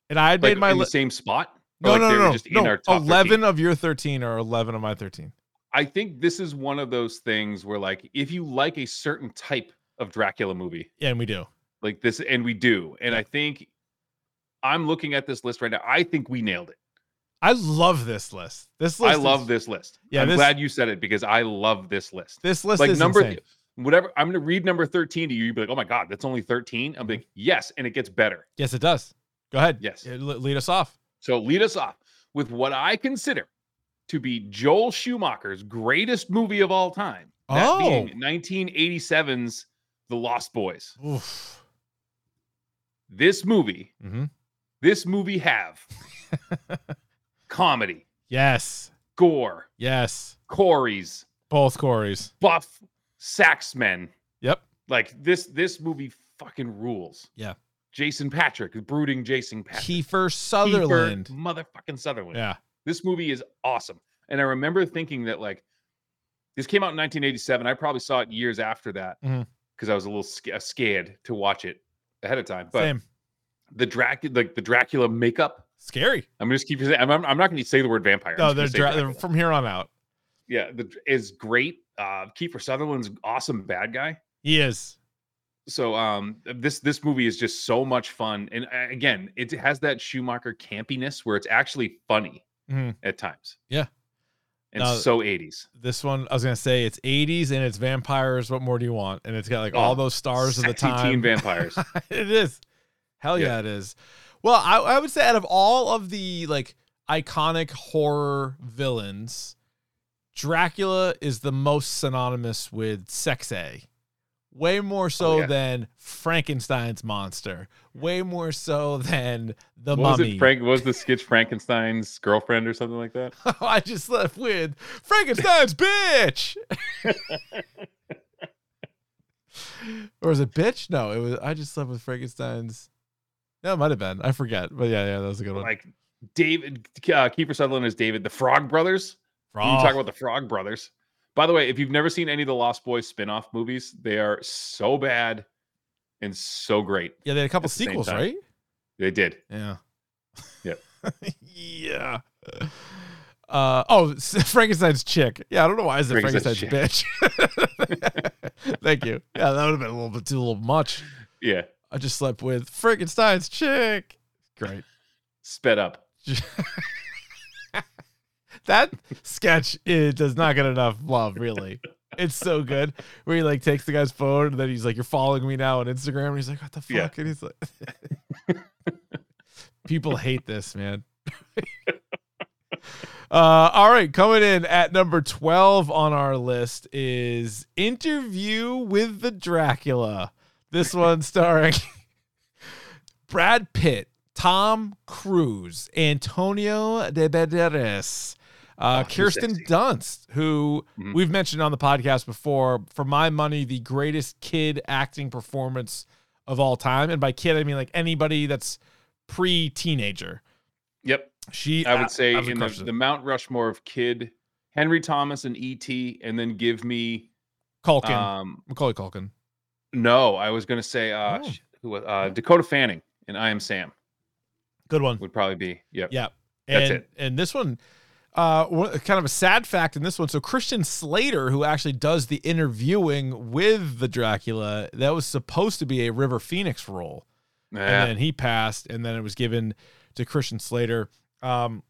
Speaker 2: And I had
Speaker 3: Like
Speaker 2: made my
Speaker 3: in the
Speaker 2: list.
Speaker 3: same spot? Or
Speaker 2: No,
Speaker 3: like
Speaker 2: no,
Speaker 3: they
Speaker 2: no,
Speaker 3: were
Speaker 2: no,
Speaker 3: just in
Speaker 2: no.
Speaker 3: our top
Speaker 2: 11
Speaker 3: 13?
Speaker 2: of your 13 or 11 of my 13.
Speaker 3: I think this is one of those things where like if you like a certain type of Dracula movie,
Speaker 2: Yeah, and we do.
Speaker 3: like this and we do. And I think I'm looking at this list right now. I think we nailed it.
Speaker 2: I love this list. This list
Speaker 3: I love
Speaker 2: is,
Speaker 3: this list.
Speaker 2: Yeah,
Speaker 3: I'm
Speaker 2: this-
Speaker 3: glad you said it because I love this list.
Speaker 2: This list
Speaker 3: like
Speaker 2: is
Speaker 3: number
Speaker 2: insane.
Speaker 3: whatever I'm gonna read number 13 to you. You'd be like, oh my god, that's only 13.
Speaker 2: Mm-hmm.
Speaker 3: I'm like, yes, and it gets better.
Speaker 2: Yes, it does. Go ahead.
Speaker 3: Yes.
Speaker 2: Yeah, le- lead us off.
Speaker 3: So lead us off with what I consider to be Joel Schumacher's greatest movie of all time.
Speaker 2: Oh.
Speaker 3: That being 1987's The Lost Boys.
Speaker 2: Oof.
Speaker 3: This movie,
Speaker 2: Mhm.
Speaker 3: this movie
Speaker 2: *laughs*
Speaker 3: have comedy,
Speaker 2: Yes.
Speaker 3: gore,
Speaker 2: Yes.
Speaker 3: Corey's,
Speaker 2: Both Corey's.
Speaker 3: buff, sax men.
Speaker 2: Yep.
Speaker 3: Like this, this movie fucking rules.
Speaker 2: Yeah.
Speaker 3: Jason Patrick, brooding Jason Patrick.
Speaker 2: Kiefer
Speaker 3: Kiefer
Speaker 2: Sutherland.
Speaker 3: motherfucking Sutherland.
Speaker 2: Yeah.
Speaker 3: this movie is awesome. And I remember thinking that like this came out in 1987. I probably saw it years after that because
Speaker 2: Mhm.
Speaker 3: I was a little sca- uh, scared to watch it ahead of time. But
Speaker 2: Same.
Speaker 3: the Dracula, like the Dracula makeup.
Speaker 2: Scary.
Speaker 3: I'm gonna just keep saying. I'm, I'm, I'm not going to say the word vampire. I'm
Speaker 2: No,
Speaker 3: just
Speaker 2: they're,
Speaker 3: gonna say
Speaker 2: dra- they're
Speaker 3: Dracula.
Speaker 2: from here on out.
Speaker 3: yeah, the, is great. Uh, Kiefer Sutherland's awesome bad guy.
Speaker 2: He is.
Speaker 3: So um, this this movie is just so much fun. And uh, again, it has that Schumacher campiness where it's actually funny
Speaker 2: Mhm.
Speaker 3: at times.
Speaker 2: Yeah.
Speaker 3: and
Speaker 2: No,
Speaker 3: so 80s.
Speaker 2: This one, I was gonna say it's 80s and it's vampires. What more do you want? And it's got like all
Speaker 3: Oh,
Speaker 2: those stars of the
Speaker 3: Sexy
Speaker 2: time.
Speaker 3: Teen
Speaker 2: *laughs*
Speaker 3: vampires.
Speaker 2: it is. Hell yeah,
Speaker 3: Yeah.
Speaker 2: it is. Well, I, I would say out of all of the like iconic horror villains, Dracula is the most synonymous with sex A. Way more so
Speaker 3: Oh, yeah.
Speaker 2: than Frankenstein's monster. Way more so than the
Speaker 3: what
Speaker 2: mummy.
Speaker 3: was it? Frank what was the sketch Frankenstein's girlfriend or something like that.
Speaker 2: *laughs* I just left with Frankenstein's bitch. or was it bitch? No, it was. I just left with Frankenstein's. No, it might have been. I forget. But yeah, yeah, that was a good one.
Speaker 3: Like David uh, Keeper Sutherland is David the Frog Brothers. You
Speaker 2: Raw.
Speaker 3: talk about the Frog Brothers. By the way, if you've never seen any of the Lost Boys spin-off movies, they are so bad and so great.
Speaker 2: yeah, they had a couple
Speaker 3: at the same
Speaker 2: sequels,
Speaker 3: time.
Speaker 2: right?
Speaker 3: They did.
Speaker 2: Yeah.
Speaker 3: Yep.
Speaker 2: *laughs* yeah. Uh, oh, *laughs* s- Frankenstein's chick. Yeah, I don't know why I said Frankenstein's,
Speaker 3: Frankenstein's
Speaker 2: bitch. *laughs* Thank you. Yeah, that would have been a little bit too little much.
Speaker 3: Yeah.
Speaker 2: I just slept with Frankenstein's chick. Great.
Speaker 3: Sped up.
Speaker 2: that sketch it does not get enough love really it's so good where he like takes the guy's phone and then he's like you're following me now on instagram and he's like what the fuck
Speaker 3: Yeah.
Speaker 2: and he's like *laughs* people hate this man uh all right coming in at number 12 on our list is interview with the dracula this one starring *laughs* Brad Pitt, Tom Cruise, Antonio de Banderas, uh,
Speaker 3: Oh, he's
Speaker 2: Kirsten
Speaker 3: sexy.
Speaker 2: Dunst, who
Speaker 3: Mhm.
Speaker 2: we've mentioned on the podcast before, for my money, the greatest kid acting performance of all time. And by kid, I mean like anybody that's pre teenager.
Speaker 3: Yep.
Speaker 2: She,
Speaker 3: I would say
Speaker 2: absolutely
Speaker 3: in the,
Speaker 2: crushes it.
Speaker 3: the Mount Rushmore of Kid, Henry Thomas and E.T., and then give me
Speaker 2: Culkin,
Speaker 3: um
Speaker 2: Macaulay Culkin.
Speaker 3: no, I was gonna say uh
Speaker 2: Oh.
Speaker 3: sh- who was uh Dakota Fanning and I am Sam
Speaker 2: Good one.
Speaker 3: would probably be. Yep.
Speaker 2: Yeah. And,
Speaker 3: That's it.
Speaker 2: And this one, uh, one- kind of a sad fact in this one. So Christian Slater, who actually does the interviewing with the Dracula, that was supposed to be a River Phoenix role,
Speaker 3: Yeah.
Speaker 2: and then he passed, and then it was given to Christian Slater. Um,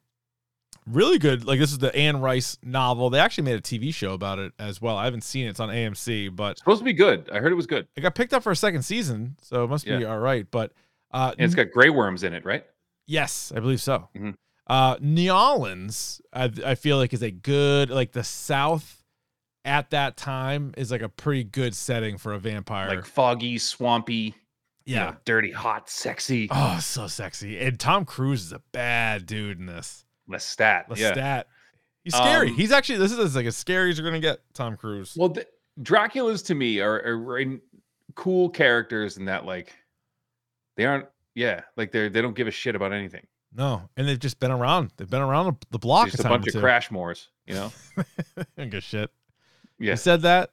Speaker 2: really good. Like this is the Anne Rice novel. They actually made a TV show about it as well. I haven't seen it. It's on AMC, but
Speaker 3: supposed to be good. I heard it was good.
Speaker 2: it got picked up for a second season, so it must be
Speaker 3: Yeah.
Speaker 2: all right. But uh,
Speaker 3: And it's got gray worms in it, right?
Speaker 2: Yes, I believe so.
Speaker 3: Mhm.
Speaker 2: Uh, New Orleans, I, I feel like is a good like the South at that time is like a pretty good setting for a vampire.
Speaker 3: Like foggy, swampy, you know,
Speaker 2: yeah.
Speaker 3: dirty, hot, sexy.
Speaker 2: Oh, so sexy. And Tom Cruise is a bad dude in this.
Speaker 3: Lestat.
Speaker 2: Lestat.
Speaker 3: yeah.
Speaker 2: He's scary.
Speaker 3: Um,
Speaker 2: He's actually this is as like as scary as you're gonna get Tom Cruise.
Speaker 3: Well, th- Dracula's to me are, are in cool characters in that like they aren't. Yeah, like they're they don't give a shit about anything.
Speaker 2: No, and they've just been around. They've been around the block.
Speaker 3: Just a
Speaker 2: time or
Speaker 3: bunch of
Speaker 2: two. *laughs*
Speaker 3: crash mores, you *laughs* know.
Speaker 2: I don't give a shit.
Speaker 3: *laughs* Yeah.
Speaker 2: You said that.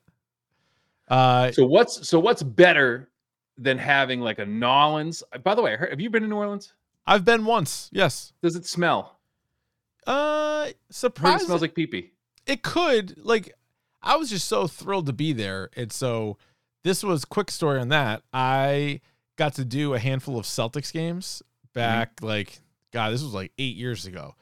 Speaker 2: Uh,
Speaker 3: So what's so what's better than having like a Nolans? By the way, I heard- have you been to New Orleans?
Speaker 2: I've been once. Yes.
Speaker 3: Does it smell?
Speaker 2: Uh,
Speaker 3: I heard
Speaker 2: surprise.
Speaker 3: it smells like pee pee.
Speaker 2: it could like i was just so thrilled to be there and so this was quick story on that i got to do a handful of celtics games back like god this was like eight years ago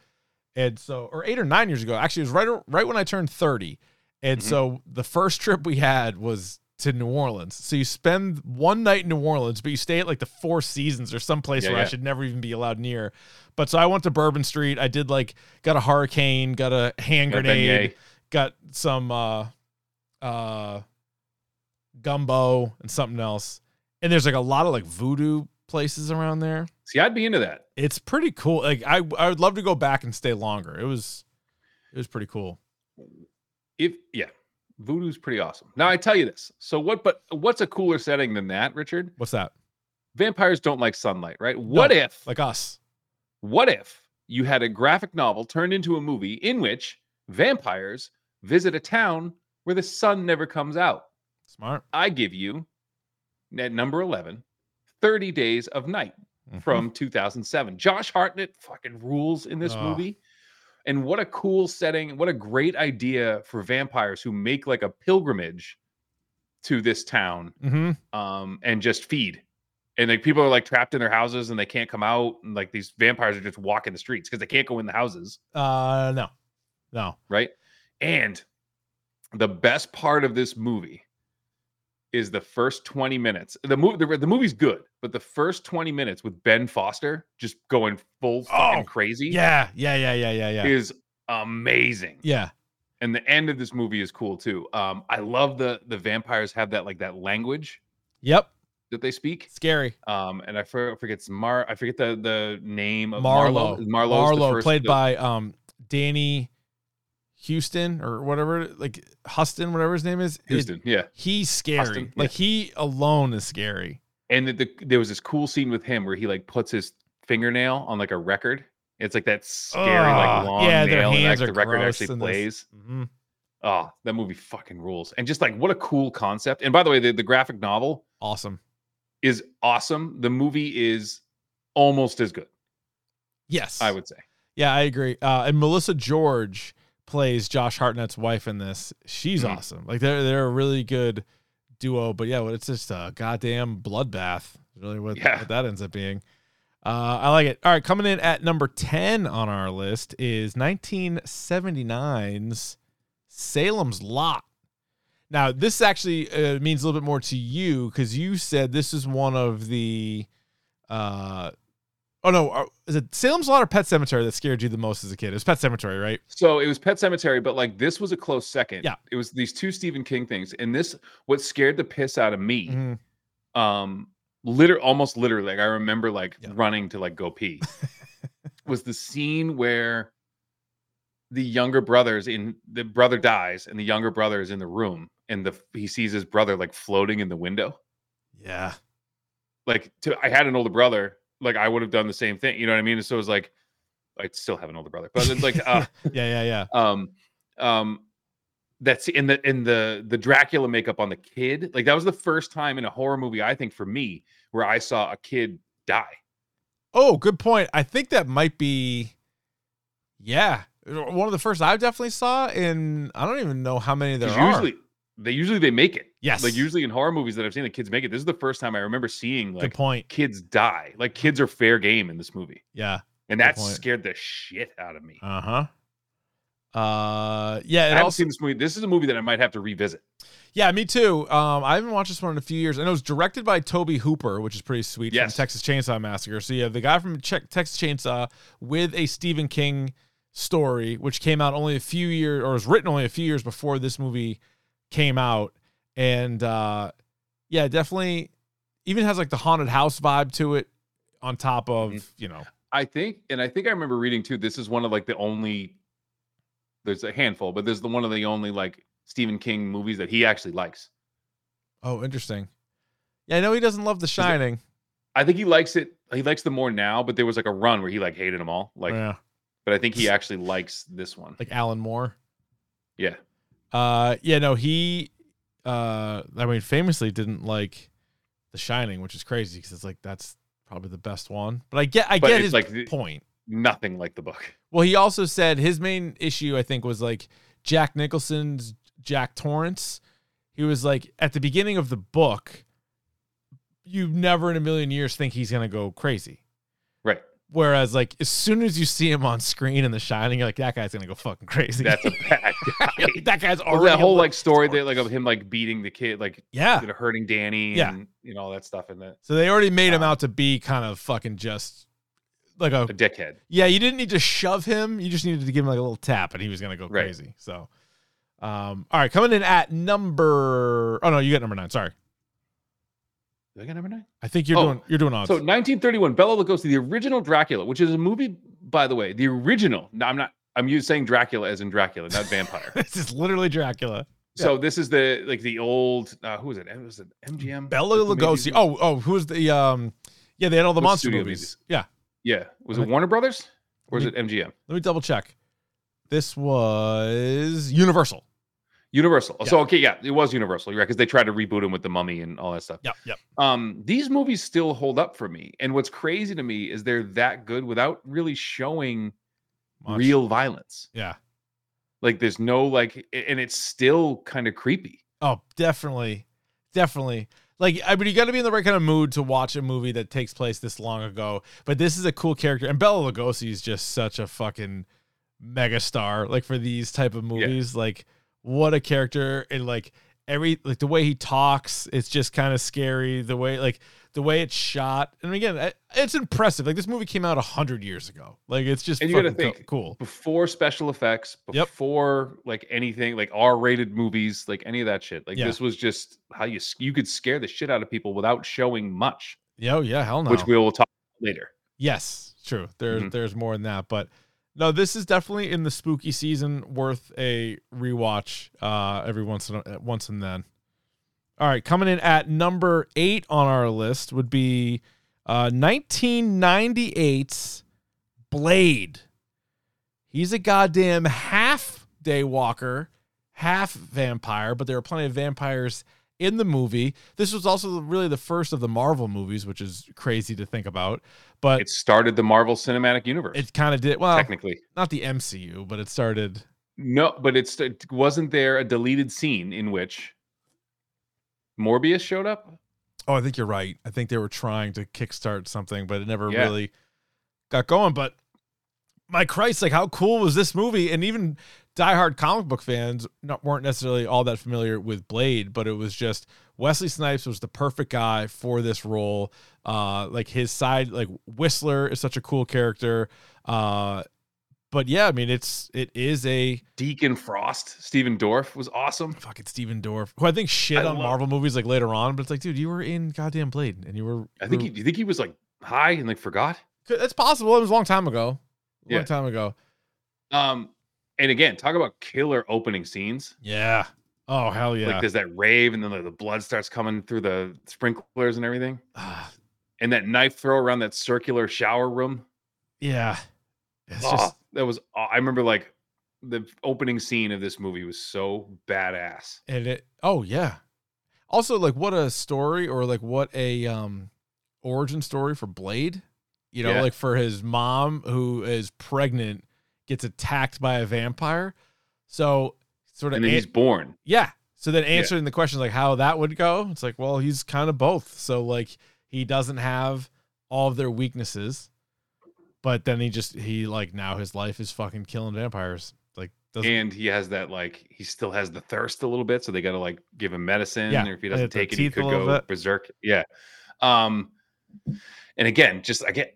Speaker 2: and so or eight or nine years ago actually it was right right when i turned 30 and
Speaker 3: Mhm.
Speaker 2: so the first trip we had was to new orleans so you spend one night in new orleans but you stay at like the four seasons or someplace
Speaker 3: Yeah,
Speaker 2: where i
Speaker 3: yeah.
Speaker 2: should never even be allowed near but so i went to bourbon street i did like got a hurricane got a hand grenade got some uh uh gumbo and something else and there's like a lot of like voodoo places around there
Speaker 3: See, I'd be into that.
Speaker 2: it's pretty cool like i i would love to go back and stay longer it was it was pretty cool
Speaker 3: If yeah, voodoo's pretty awesome. Now I tell you this. So what? But what's a cooler setting than that, Richard?
Speaker 2: what's that
Speaker 3: Vampires don't like sunlight, right? What if?
Speaker 2: like us
Speaker 3: What if you had a graphic novel turned into a movie in which vampires visit a town where the sun never comes out?
Speaker 2: smart
Speaker 3: I give you at number 11, 30 Days of Night
Speaker 2: Mhm.
Speaker 3: from 2007. Josh Hartnett fucking rules in this
Speaker 2: Oh.
Speaker 3: movie. And what a cool setting. What a great idea for vampires who make like a pilgrimage to this town
Speaker 2: Mhm.
Speaker 3: um, and just feed. And like people are like trapped in their houses and they can't come out. And like these vampires are just walking the streets because they can't go in the houses,
Speaker 2: uh no no
Speaker 3: right? And the best part of this movie is the first 20 minutes. The movie the, the movie's good, but the first 20 minutes with Ben Foster just going full fucking
Speaker 2: Oh,
Speaker 3: crazy
Speaker 2: yeah yeah yeah yeah yeah yeah
Speaker 3: is amazing.
Speaker 2: yeah
Speaker 3: And the end of this movie is cool too. Um, I love the the vampires have that like that language
Speaker 2: yep
Speaker 3: that they speak.
Speaker 2: scary
Speaker 3: Um, and I for- forget some Mar. I forget the the name of
Speaker 2: marlowe
Speaker 3: Marlo. Marlowe's the
Speaker 2: marlowe
Speaker 3: first-
Speaker 2: played
Speaker 3: the-
Speaker 2: by um danny houston or whatever like huston whatever his name is It-
Speaker 3: Houston. Yeah,
Speaker 2: He's scary.
Speaker 3: Austin,
Speaker 2: Like he alone is scary.
Speaker 3: and the, the, there was this cool scene with him where he like puts his fingernail on like a record. It's like that scary
Speaker 2: Ugh,
Speaker 3: like long
Speaker 2: yeah, their
Speaker 3: nail, and like
Speaker 2: hands
Speaker 3: the
Speaker 2: are
Speaker 3: record
Speaker 2: gross
Speaker 3: actually
Speaker 2: in this.
Speaker 3: plays. Oh, that movie fucking rules! And just like what a cool concept. And by the way, the, the graphic novel
Speaker 2: Awesome.
Speaker 3: is awesome. The movie is almost as good,
Speaker 2: Yes.
Speaker 3: I would say.
Speaker 2: Yeah, I agree. Uh, and Melissa George plays Josh Hartnett's wife in this. She's
Speaker 3: Mhm.
Speaker 2: awesome. Like they're they're a really good duo. But yeah, well, it's just a goddamn bloodbath. is Really, what,
Speaker 3: Yeah.
Speaker 2: what that ends up being. Uh, I like it. All right, coming in at number ten on our list is 1979's Salem's Lot. Now, this actually uh, means a little bit more to you because you said this is one of the. Uh, oh no, uh, is it Salem's Lot or Pet Cemetery that scared you the most as a kid? It was Pet Cemetery, right?
Speaker 3: So it was Pet Cemetery, but like this was a close second.
Speaker 2: Yeah.
Speaker 3: It was these two Stephen King things. And this what scared the piss out of me.
Speaker 2: Mhm.
Speaker 3: Um liter almost literally, like I remember like
Speaker 2: Yeah.
Speaker 3: running to like go pee. was the scene where the younger brothers in the brother dies and the younger brother is in the room and the he sees his brother like floating in the window. *laughs*
Speaker 2: Yeah.
Speaker 3: Like to I had an older brother, like I would have done the same thing. You know what I mean? And so it was like I still have an older brother, but it's like uh
Speaker 2: Yeah, yeah, yeah.
Speaker 3: um um that's in the in the the dracula makeup on the kid like that was the first time in a horror movie i think for me where i saw a kid die
Speaker 2: Oh, good point. I think that might be, yeah, one of the first I definitely saw, and I don't even know how many there
Speaker 3: 'Cause
Speaker 2: are.
Speaker 3: usually they usually they make it
Speaker 2: yes,
Speaker 3: like usually in horror movies that i've seen the kids make it this is the first time i remember seeing
Speaker 2: good
Speaker 3: like
Speaker 2: point.
Speaker 3: kids die like kids are fair game in this movie
Speaker 2: Yeah.
Speaker 3: and
Speaker 2: Good
Speaker 3: that
Speaker 2: point.
Speaker 3: scared the shit out of me
Speaker 2: Uh huh. Uh,
Speaker 3: i
Speaker 2: yeah. It
Speaker 3: haven't
Speaker 2: also,
Speaker 3: seen this movie this is a movie that i might have to revisit
Speaker 2: yeah, me too. Um, I haven't watched this one in a few years, and it was directed by Toby Hooper, which is pretty sweet
Speaker 3: Yes.
Speaker 2: from Texas Chainsaw Massacre. So you have the guy from che- Texas Chainsaw with a Stephen King story, which came out only a few years, or was written only a few years before this movie came out, and uh, yeah, definitely, even has like the haunted house vibe to it. On top of
Speaker 3: Mhm.
Speaker 2: you know,
Speaker 3: I think, and I think I remember reading too. This is one of like the only. There's a handful, but there's the one of the only like Stephen King movies that he actually likes.
Speaker 2: oh, interesting. Yeah, I know he doesn't love The Shining.
Speaker 3: I think he likes it he likes them more now, but there was like a run where he like hated them all. Like,
Speaker 2: yeah.
Speaker 3: but I think he actually likes this one.
Speaker 2: like Alan Moore.
Speaker 3: Yeah.
Speaker 2: Uh yeah, no, he uh I mean famously didn't like The Shining, which is crazy because it's like that's probably the best one. But I get I
Speaker 3: But
Speaker 2: get
Speaker 3: it's
Speaker 2: his
Speaker 3: like the-
Speaker 2: point.
Speaker 3: Nothing like the
Speaker 2: *laughs*
Speaker 3: book.
Speaker 2: Well, he also said his main issue I think was like Jack Nicholson's Jack Torrance. He was like at the beginning of the book, you never in a million years think he's going to go crazy.
Speaker 3: Right.
Speaker 2: Whereas like as soon as you see him on screen in The Shining, you're like that guy's going to go fucking crazy.
Speaker 3: That's
Speaker 2: *laughs*
Speaker 3: a bad guy.
Speaker 2: You're like, that guy's
Speaker 3: Well,
Speaker 2: already
Speaker 3: that
Speaker 2: a
Speaker 3: whole
Speaker 2: little
Speaker 3: like story
Speaker 2: story.
Speaker 3: there, like of him like beating the kid, like
Speaker 2: Yeah.
Speaker 3: you know, hurting Danny
Speaker 2: Yeah.
Speaker 3: and you know all that stuff in the
Speaker 2: So they already made him
Speaker 3: Um,
Speaker 2: out to be kind of fucking just like a
Speaker 3: a dickhead.
Speaker 2: yeah. You didn't need to shove him. You just needed to give him like a little tap, and he was gonna go
Speaker 3: Right.
Speaker 2: crazy. So, um, all right, coming in at number. Oh no, you got number nine. Sorry,
Speaker 3: Did I get number nine?
Speaker 2: I think you're
Speaker 3: Oh,
Speaker 2: doing you're doing odds.
Speaker 3: So 1931, Bela Lugosi, the original Dracula, which is a movie, by the way, the original. No, I'm not. I'm using saying Dracula as in Dracula, not vampire.
Speaker 2: *laughs* this is literally Dracula.
Speaker 3: So this is the like the old uh, who was it? It was it MGM.
Speaker 2: Bella
Speaker 3: Who made
Speaker 2: Lugosi.
Speaker 3: these-
Speaker 2: Oh oh, who was the um? Yeah, they had all the
Speaker 3: What
Speaker 2: monster
Speaker 3: studio
Speaker 2: movies.
Speaker 3: made
Speaker 2: Yeah,
Speaker 3: yeah. Was
Speaker 2: I
Speaker 3: it
Speaker 2: mean-
Speaker 3: Warner Brothers or is it MGM?
Speaker 2: let me double check. This was Universal.
Speaker 3: Universal. So okay, yeah, it was Universal. You're right because they tried to reboot him with the Mummy and all that stuff.
Speaker 2: Yep yep.
Speaker 3: um these movies still hold up for me and what's crazy to me is they're that good without really showing
Speaker 2: Monster.
Speaker 3: real violence
Speaker 2: Yeah.
Speaker 3: like there's no like a- and it's still kind of creepy
Speaker 2: Oh, definitely, definitely. Like, I mean, you got to be in the right kind of mood to watch a movie that takes place this long ago. But this is a cool character, and Bella Lugosi is just such a fucking megastar. Like for these type of movies, like what a character, and like every like the way he talks, it's just kind of scary. The way like the way it's shot, and again, I- it's impressive. Like this movie came out a hundred years ago. Like it's just
Speaker 3: And you gotta
Speaker 2: fucking co-
Speaker 3: think-
Speaker 2: cool.
Speaker 3: before special effects
Speaker 2: Yep.
Speaker 3: before like anything like r-rated movies like any of that shit like
Speaker 2: Yeah.
Speaker 3: this was just how you s- you could scare the shit out of people without showing much
Speaker 2: Yo, yeah, hell no.
Speaker 3: which we will talk later
Speaker 2: Yes, true. There's
Speaker 3: Mhm.
Speaker 2: there's more than that, but no, this is definitely in the spooky season, worth a rewatch uh, every once in a, once and then. All right, coming in at number eight on our list would be uh, 1998's Blade. He's a goddamn half day walker, half vampire, but there are plenty of vampires in the movie. This was also really the first of the Marvel movies, which is crazy to think about. But oh,
Speaker 3: it started the marvel cinematic universe
Speaker 2: it kind of did well,
Speaker 3: technically
Speaker 2: not the MCU, but it started.
Speaker 3: No, but it's it wasn't there a deleted scene in which Morbius showed up?
Speaker 2: Oh, I think you're right. I think they were trying to kickstart something, but it never
Speaker 3: Yeah.
Speaker 2: really got going. But my Christ, like how cool was this movie? And even diehard comic book fans not, weren't necessarily all that familiar with Blade, but it was just Wesley Snipes was the perfect guy for this role. Uh, like his side, like Whistler is such a cool character. Uh, but yeah, I mean, it's it is a
Speaker 3: Deacon Frost, Stephen Dorff was awesome.
Speaker 2: fucking Steven Dorff, who I think shit
Speaker 3: I
Speaker 2: on
Speaker 3: love-
Speaker 2: Marvel movies like later on, but it's like, dude, you were in goddamn Blade, and you were.
Speaker 3: I think
Speaker 2: you
Speaker 3: he,
Speaker 2: were-
Speaker 3: you think he was like high and like forgot.
Speaker 2: Could- that's possible. It was a long time ago. Long
Speaker 3: Yeah.
Speaker 2: time ago.
Speaker 3: Um, and again, talk about killer opening scenes.
Speaker 2: Yeah. Oh hell yeah.
Speaker 3: Like there's that rave, and then like, the blood starts coming through the sprinklers and everything,
Speaker 2: Ah,
Speaker 3: and that knife throw around that circular shower room.
Speaker 2: yeah. It's
Speaker 3: Ah,
Speaker 2: just
Speaker 3: that was. aw- I remember like the opening scene of this movie was so badass.
Speaker 2: and it. Oh yeah. Also, like, what a story, or like, what a um origin story for Blade. You know,
Speaker 3: Yeah.
Speaker 2: like for his mom who is pregnant gets attacked by a vampire. So sort of
Speaker 3: And then
Speaker 2: an-
Speaker 3: he's born.
Speaker 2: Yeah. So then answering the question like how that would go, it's like, well, he's kind of both. So like he doesn't have all of their weaknesses, but then he just he like now his life is fucking killing vampires. Like doesn't
Speaker 3: and he has that like he still has the thirst a little bit, so they got to like give him medicine.
Speaker 2: Yeah,
Speaker 3: or if he
Speaker 2: hit
Speaker 3: doesn't
Speaker 2: the
Speaker 3: take it, he
Speaker 2: teeth a
Speaker 3: could
Speaker 2: little
Speaker 3: go
Speaker 2: bit.
Speaker 3: berserk. Yeah. Um, and again, just I get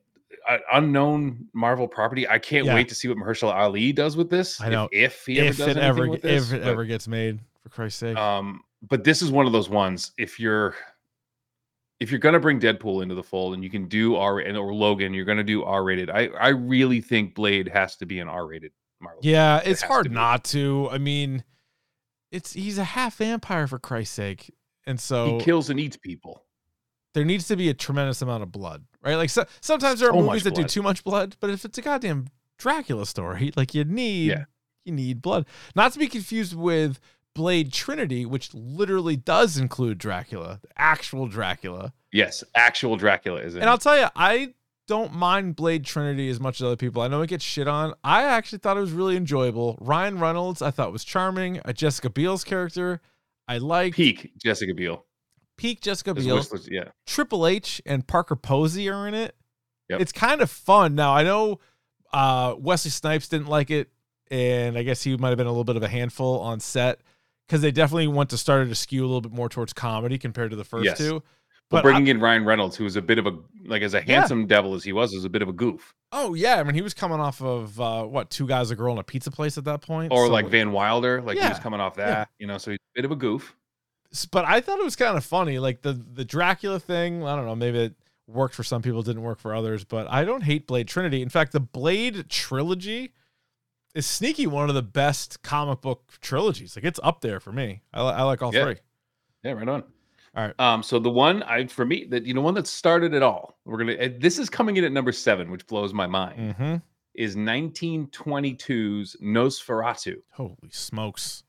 Speaker 3: uh, unknown Marvel property. I can't
Speaker 2: Yeah.
Speaker 3: wait to see what Mahershala Ali does with this.
Speaker 2: I
Speaker 3: if-
Speaker 2: know.
Speaker 3: if, he ever
Speaker 2: if
Speaker 3: does
Speaker 2: it
Speaker 3: anything
Speaker 2: ever
Speaker 3: with this,
Speaker 2: if it
Speaker 3: but,
Speaker 2: ever gets made, for Christ's sake.
Speaker 3: Um, but this is one of those ones. If you're if you're gonna bring Deadpool into the fold and you can do R and or Logan, you're gonna do R rated. I I really think Blade has to be an R rated Marvel.
Speaker 2: yeah, it's
Speaker 3: has
Speaker 2: hard
Speaker 3: to be.
Speaker 2: not to. I mean, it's he's a half vampire for Christ's sake. And so
Speaker 3: he kills and eats people.
Speaker 2: there needs to be a tremendous amount of blood, right? Like so, sometimes there are
Speaker 3: So much
Speaker 2: movies that do
Speaker 3: blood.
Speaker 2: too much blood, but if it's a goddamn Dracula story, *laughs* like you need
Speaker 3: Yeah.
Speaker 2: you need blood. Not to be confused with Blade Trinity, which literally does include Dracula, the actual Dracula.
Speaker 3: Yes, actual Dracula is in.
Speaker 2: And I'll
Speaker 3: it.
Speaker 2: tell you, I don't mind Blade Trinity as much as other people. I know it gets shit on. I actually thought it was really enjoyable. Ryan Reynolds, I thought was charming. Uh, Jessica Biel's character, I like. Peak,
Speaker 3: Peak Jessica Biel.
Speaker 2: Jessica
Speaker 3: Is
Speaker 2: Biel.
Speaker 3: Whistler's- Yeah,
Speaker 2: Triple H and Parker Posey are in it.
Speaker 3: Yep.
Speaker 2: It's kind of fun. Now I know uh, Wesley Snipes didn't like it, and I guess he might have been a little bit of a handful on set because they definitely want to start to skew a little bit more towards comedy compared to the first
Speaker 3: Yes.
Speaker 2: two.
Speaker 3: but,
Speaker 2: But I-
Speaker 3: bringing in Ryan Reynolds, who was a bit of a like as a handsome devil as he was, was a bit of a goof,
Speaker 2: Oh yeah, I mean he was coming off of uh, what two guys a girl in a pizza place at that point,
Speaker 3: or
Speaker 2: so-
Speaker 3: like Van Wilder, like he was
Speaker 2: Yeah,
Speaker 3: coming off
Speaker 2: yeah.
Speaker 3: that, you know, so he's a bit of a goof.
Speaker 2: S- but I thought it was kind of funny, like the the Dracula thing. I don't know, maybe it worked for some people, didn't work for others. But I don't hate Blade Trinity. In fact, the Blade trilogy is sneaky one of the best comic book trilogies. Like it's up there for me. I, li- I like all
Speaker 3: Yeah.
Speaker 2: three.
Speaker 3: Yeah, right on.
Speaker 2: All right.
Speaker 3: Um, so the one I for me that you know one that started it all. We're gonna eh, this is coming in at number seven, which blows my mind.
Speaker 2: Mm-hmm.
Speaker 3: Is 1922's Nosferatu.
Speaker 2: Holy smokes!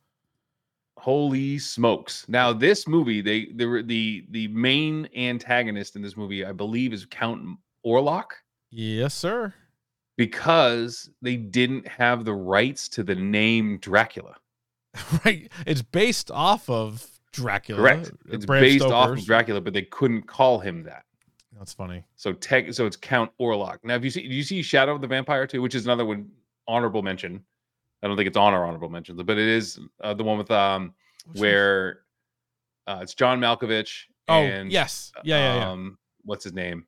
Speaker 3: Holy smokes! Now this movie, they the the the main antagonist in this movie, I believe, is Count Orlok
Speaker 2: Yes, sir. *laughs*
Speaker 3: because they didn't have the rights to the name Dracula.
Speaker 2: right. It's based off of Dracula.
Speaker 3: Correct?
Speaker 2: uh,
Speaker 3: It's
Speaker 2: Bram
Speaker 3: based off of
Speaker 2: Stoker's.
Speaker 3: Dracula, but they couldn't call him that.
Speaker 2: That's funny.
Speaker 3: So tech, so it's Count Orlok. Now, if you see, do you see Shadow of the Vampire too, which is another one honorable mention. I don't think it's on our honorable mentions, but it is uh, the one with um
Speaker 2: Which one?
Speaker 3: where uh, it's John Malkovich.
Speaker 2: Oh
Speaker 3: and,
Speaker 2: yes, yeah, yeah, yeah.
Speaker 3: Um, what's his name?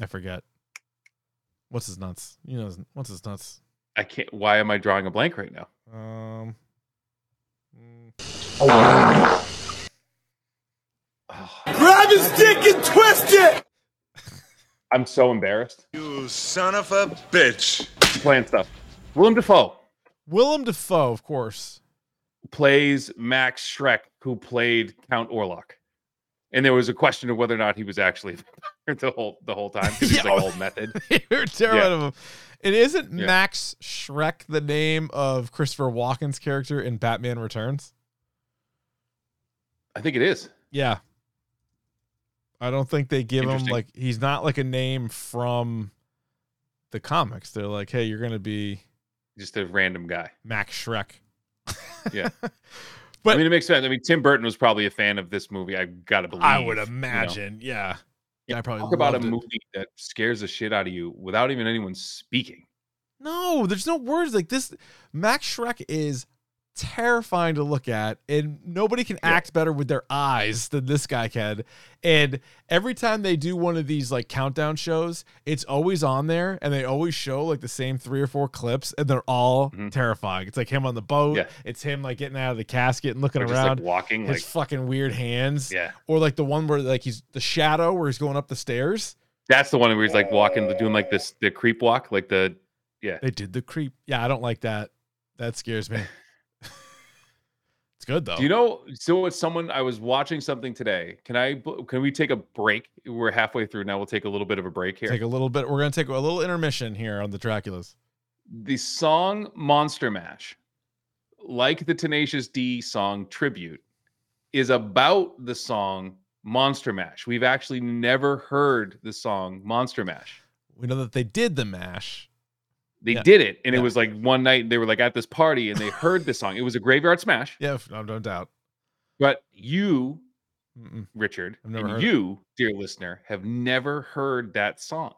Speaker 2: I forget. What's his nuts? You know, his- what's his nuts?
Speaker 3: I can't. Why am I drawing a blank right now?
Speaker 2: Um, mm,
Speaker 4: Grab his dick and twist it!
Speaker 3: I'm so embarrassed.
Speaker 5: You son of a bitch.
Speaker 3: I'm playing stuff. Willem Dafoe
Speaker 2: Willem Dafoe, of course. *laughs*
Speaker 3: plays Max Shrek, who played Count Orlok. And there was a question of whether or not he was actually *laughs* the whole the whole time because he's
Speaker 2: *laughs* Yeah.
Speaker 3: like old method.
Speaker 2: You're terrified of him. It isn't
Speaker 3: Yeah.
Speaker 2: Max Shrek the name of Christopher Walken's character in Batman Returns.
Speaker 3: I think it is.
Speaker 2: Yeah, I don't think they give him
Speaker 3: Interesting.
Speaker 2: like he's not like a name from the comics. They're like, hey, you're gonna be
Speaker 3: Just a random guy.
Speaker 2: Max Shrek.
Speaker 3: Yeah.
Speaker 2: But-
Speaker 3: I mean, it makes sense. I mean, Tim Burton was probably a fan of this movie. I gotta believe.
Speaker 2: I would
Speaker 3: you know?
Speaker 2: imagine. Yeah. Yeah, I probably
Speaker 3: Talk about a
Speaker 2: loved it.
Speaker 3: movie that scares the shit out of you without even anyone speaking.
Speaker 2: No, there's no words like this. Max Shrek is terrifying to look at, and nobody can
Speaker 3: Yeah.
Speaker 2: act better with their eyes than this guy can. And every time they do one of these like countdown shows, it's always on there, and they always show like the same three or four clips, and they're all
Speaker 3: Mhm.
Speaker 2: terrifying. It's like him on the boat,
Speaker 3: Yeah.
Speaker 2: it's him like getting out of the casket and looking
Speaker 3: Or just
Speaker 2: around,
Speaker 3: like walking,
Speaker 2: his
Speaker 3: like
Speaker 2: fucking weird hands,
Speaker 3: yeah.
Speaker 2: or like the one where like he's the shadow where he's going up the stairs.
Speaker 3: That's the one where he's like walking, doing like this the creep walk, like the
Speaker 2: They did the creep. Yeah, I don't like that. That scares
Speaker 3: *laughs*
Speaker 2: me. it's good though.
Speaker 3: Do you know? So it's someone I was watching something today. Can I? b- Can we take a break? We're halfway through now. We'll take a little bit of a break here.
Speaker 2: take a little bit. We're gonna take a little intermission here on the Draculas.
Speaker 3: the song Monster Mash, like the Tenacious D song Tribute, is about the song Monster Mash. We've actually never heard the song Monster Mash.
Speaker 2: We know that they did the mash.
Speaker 3: They
Speaker 2: Yeah.
Speaker 3: did it, and
Speaker 2: Yeah.
Speaker 3: it was like one night they were like at this party and they heard this song. It was a graveyard smash,
Speaker 2: Yeah, no, no doubt.
Speaker 3: but you
Speaker 2: Mm-mm.
Speaker 3: Richard,
Speaker 2: I've never
Speaker 3: and
Speaker 2: heard it.
Speaker 3: you, dear listener, have never heard that song.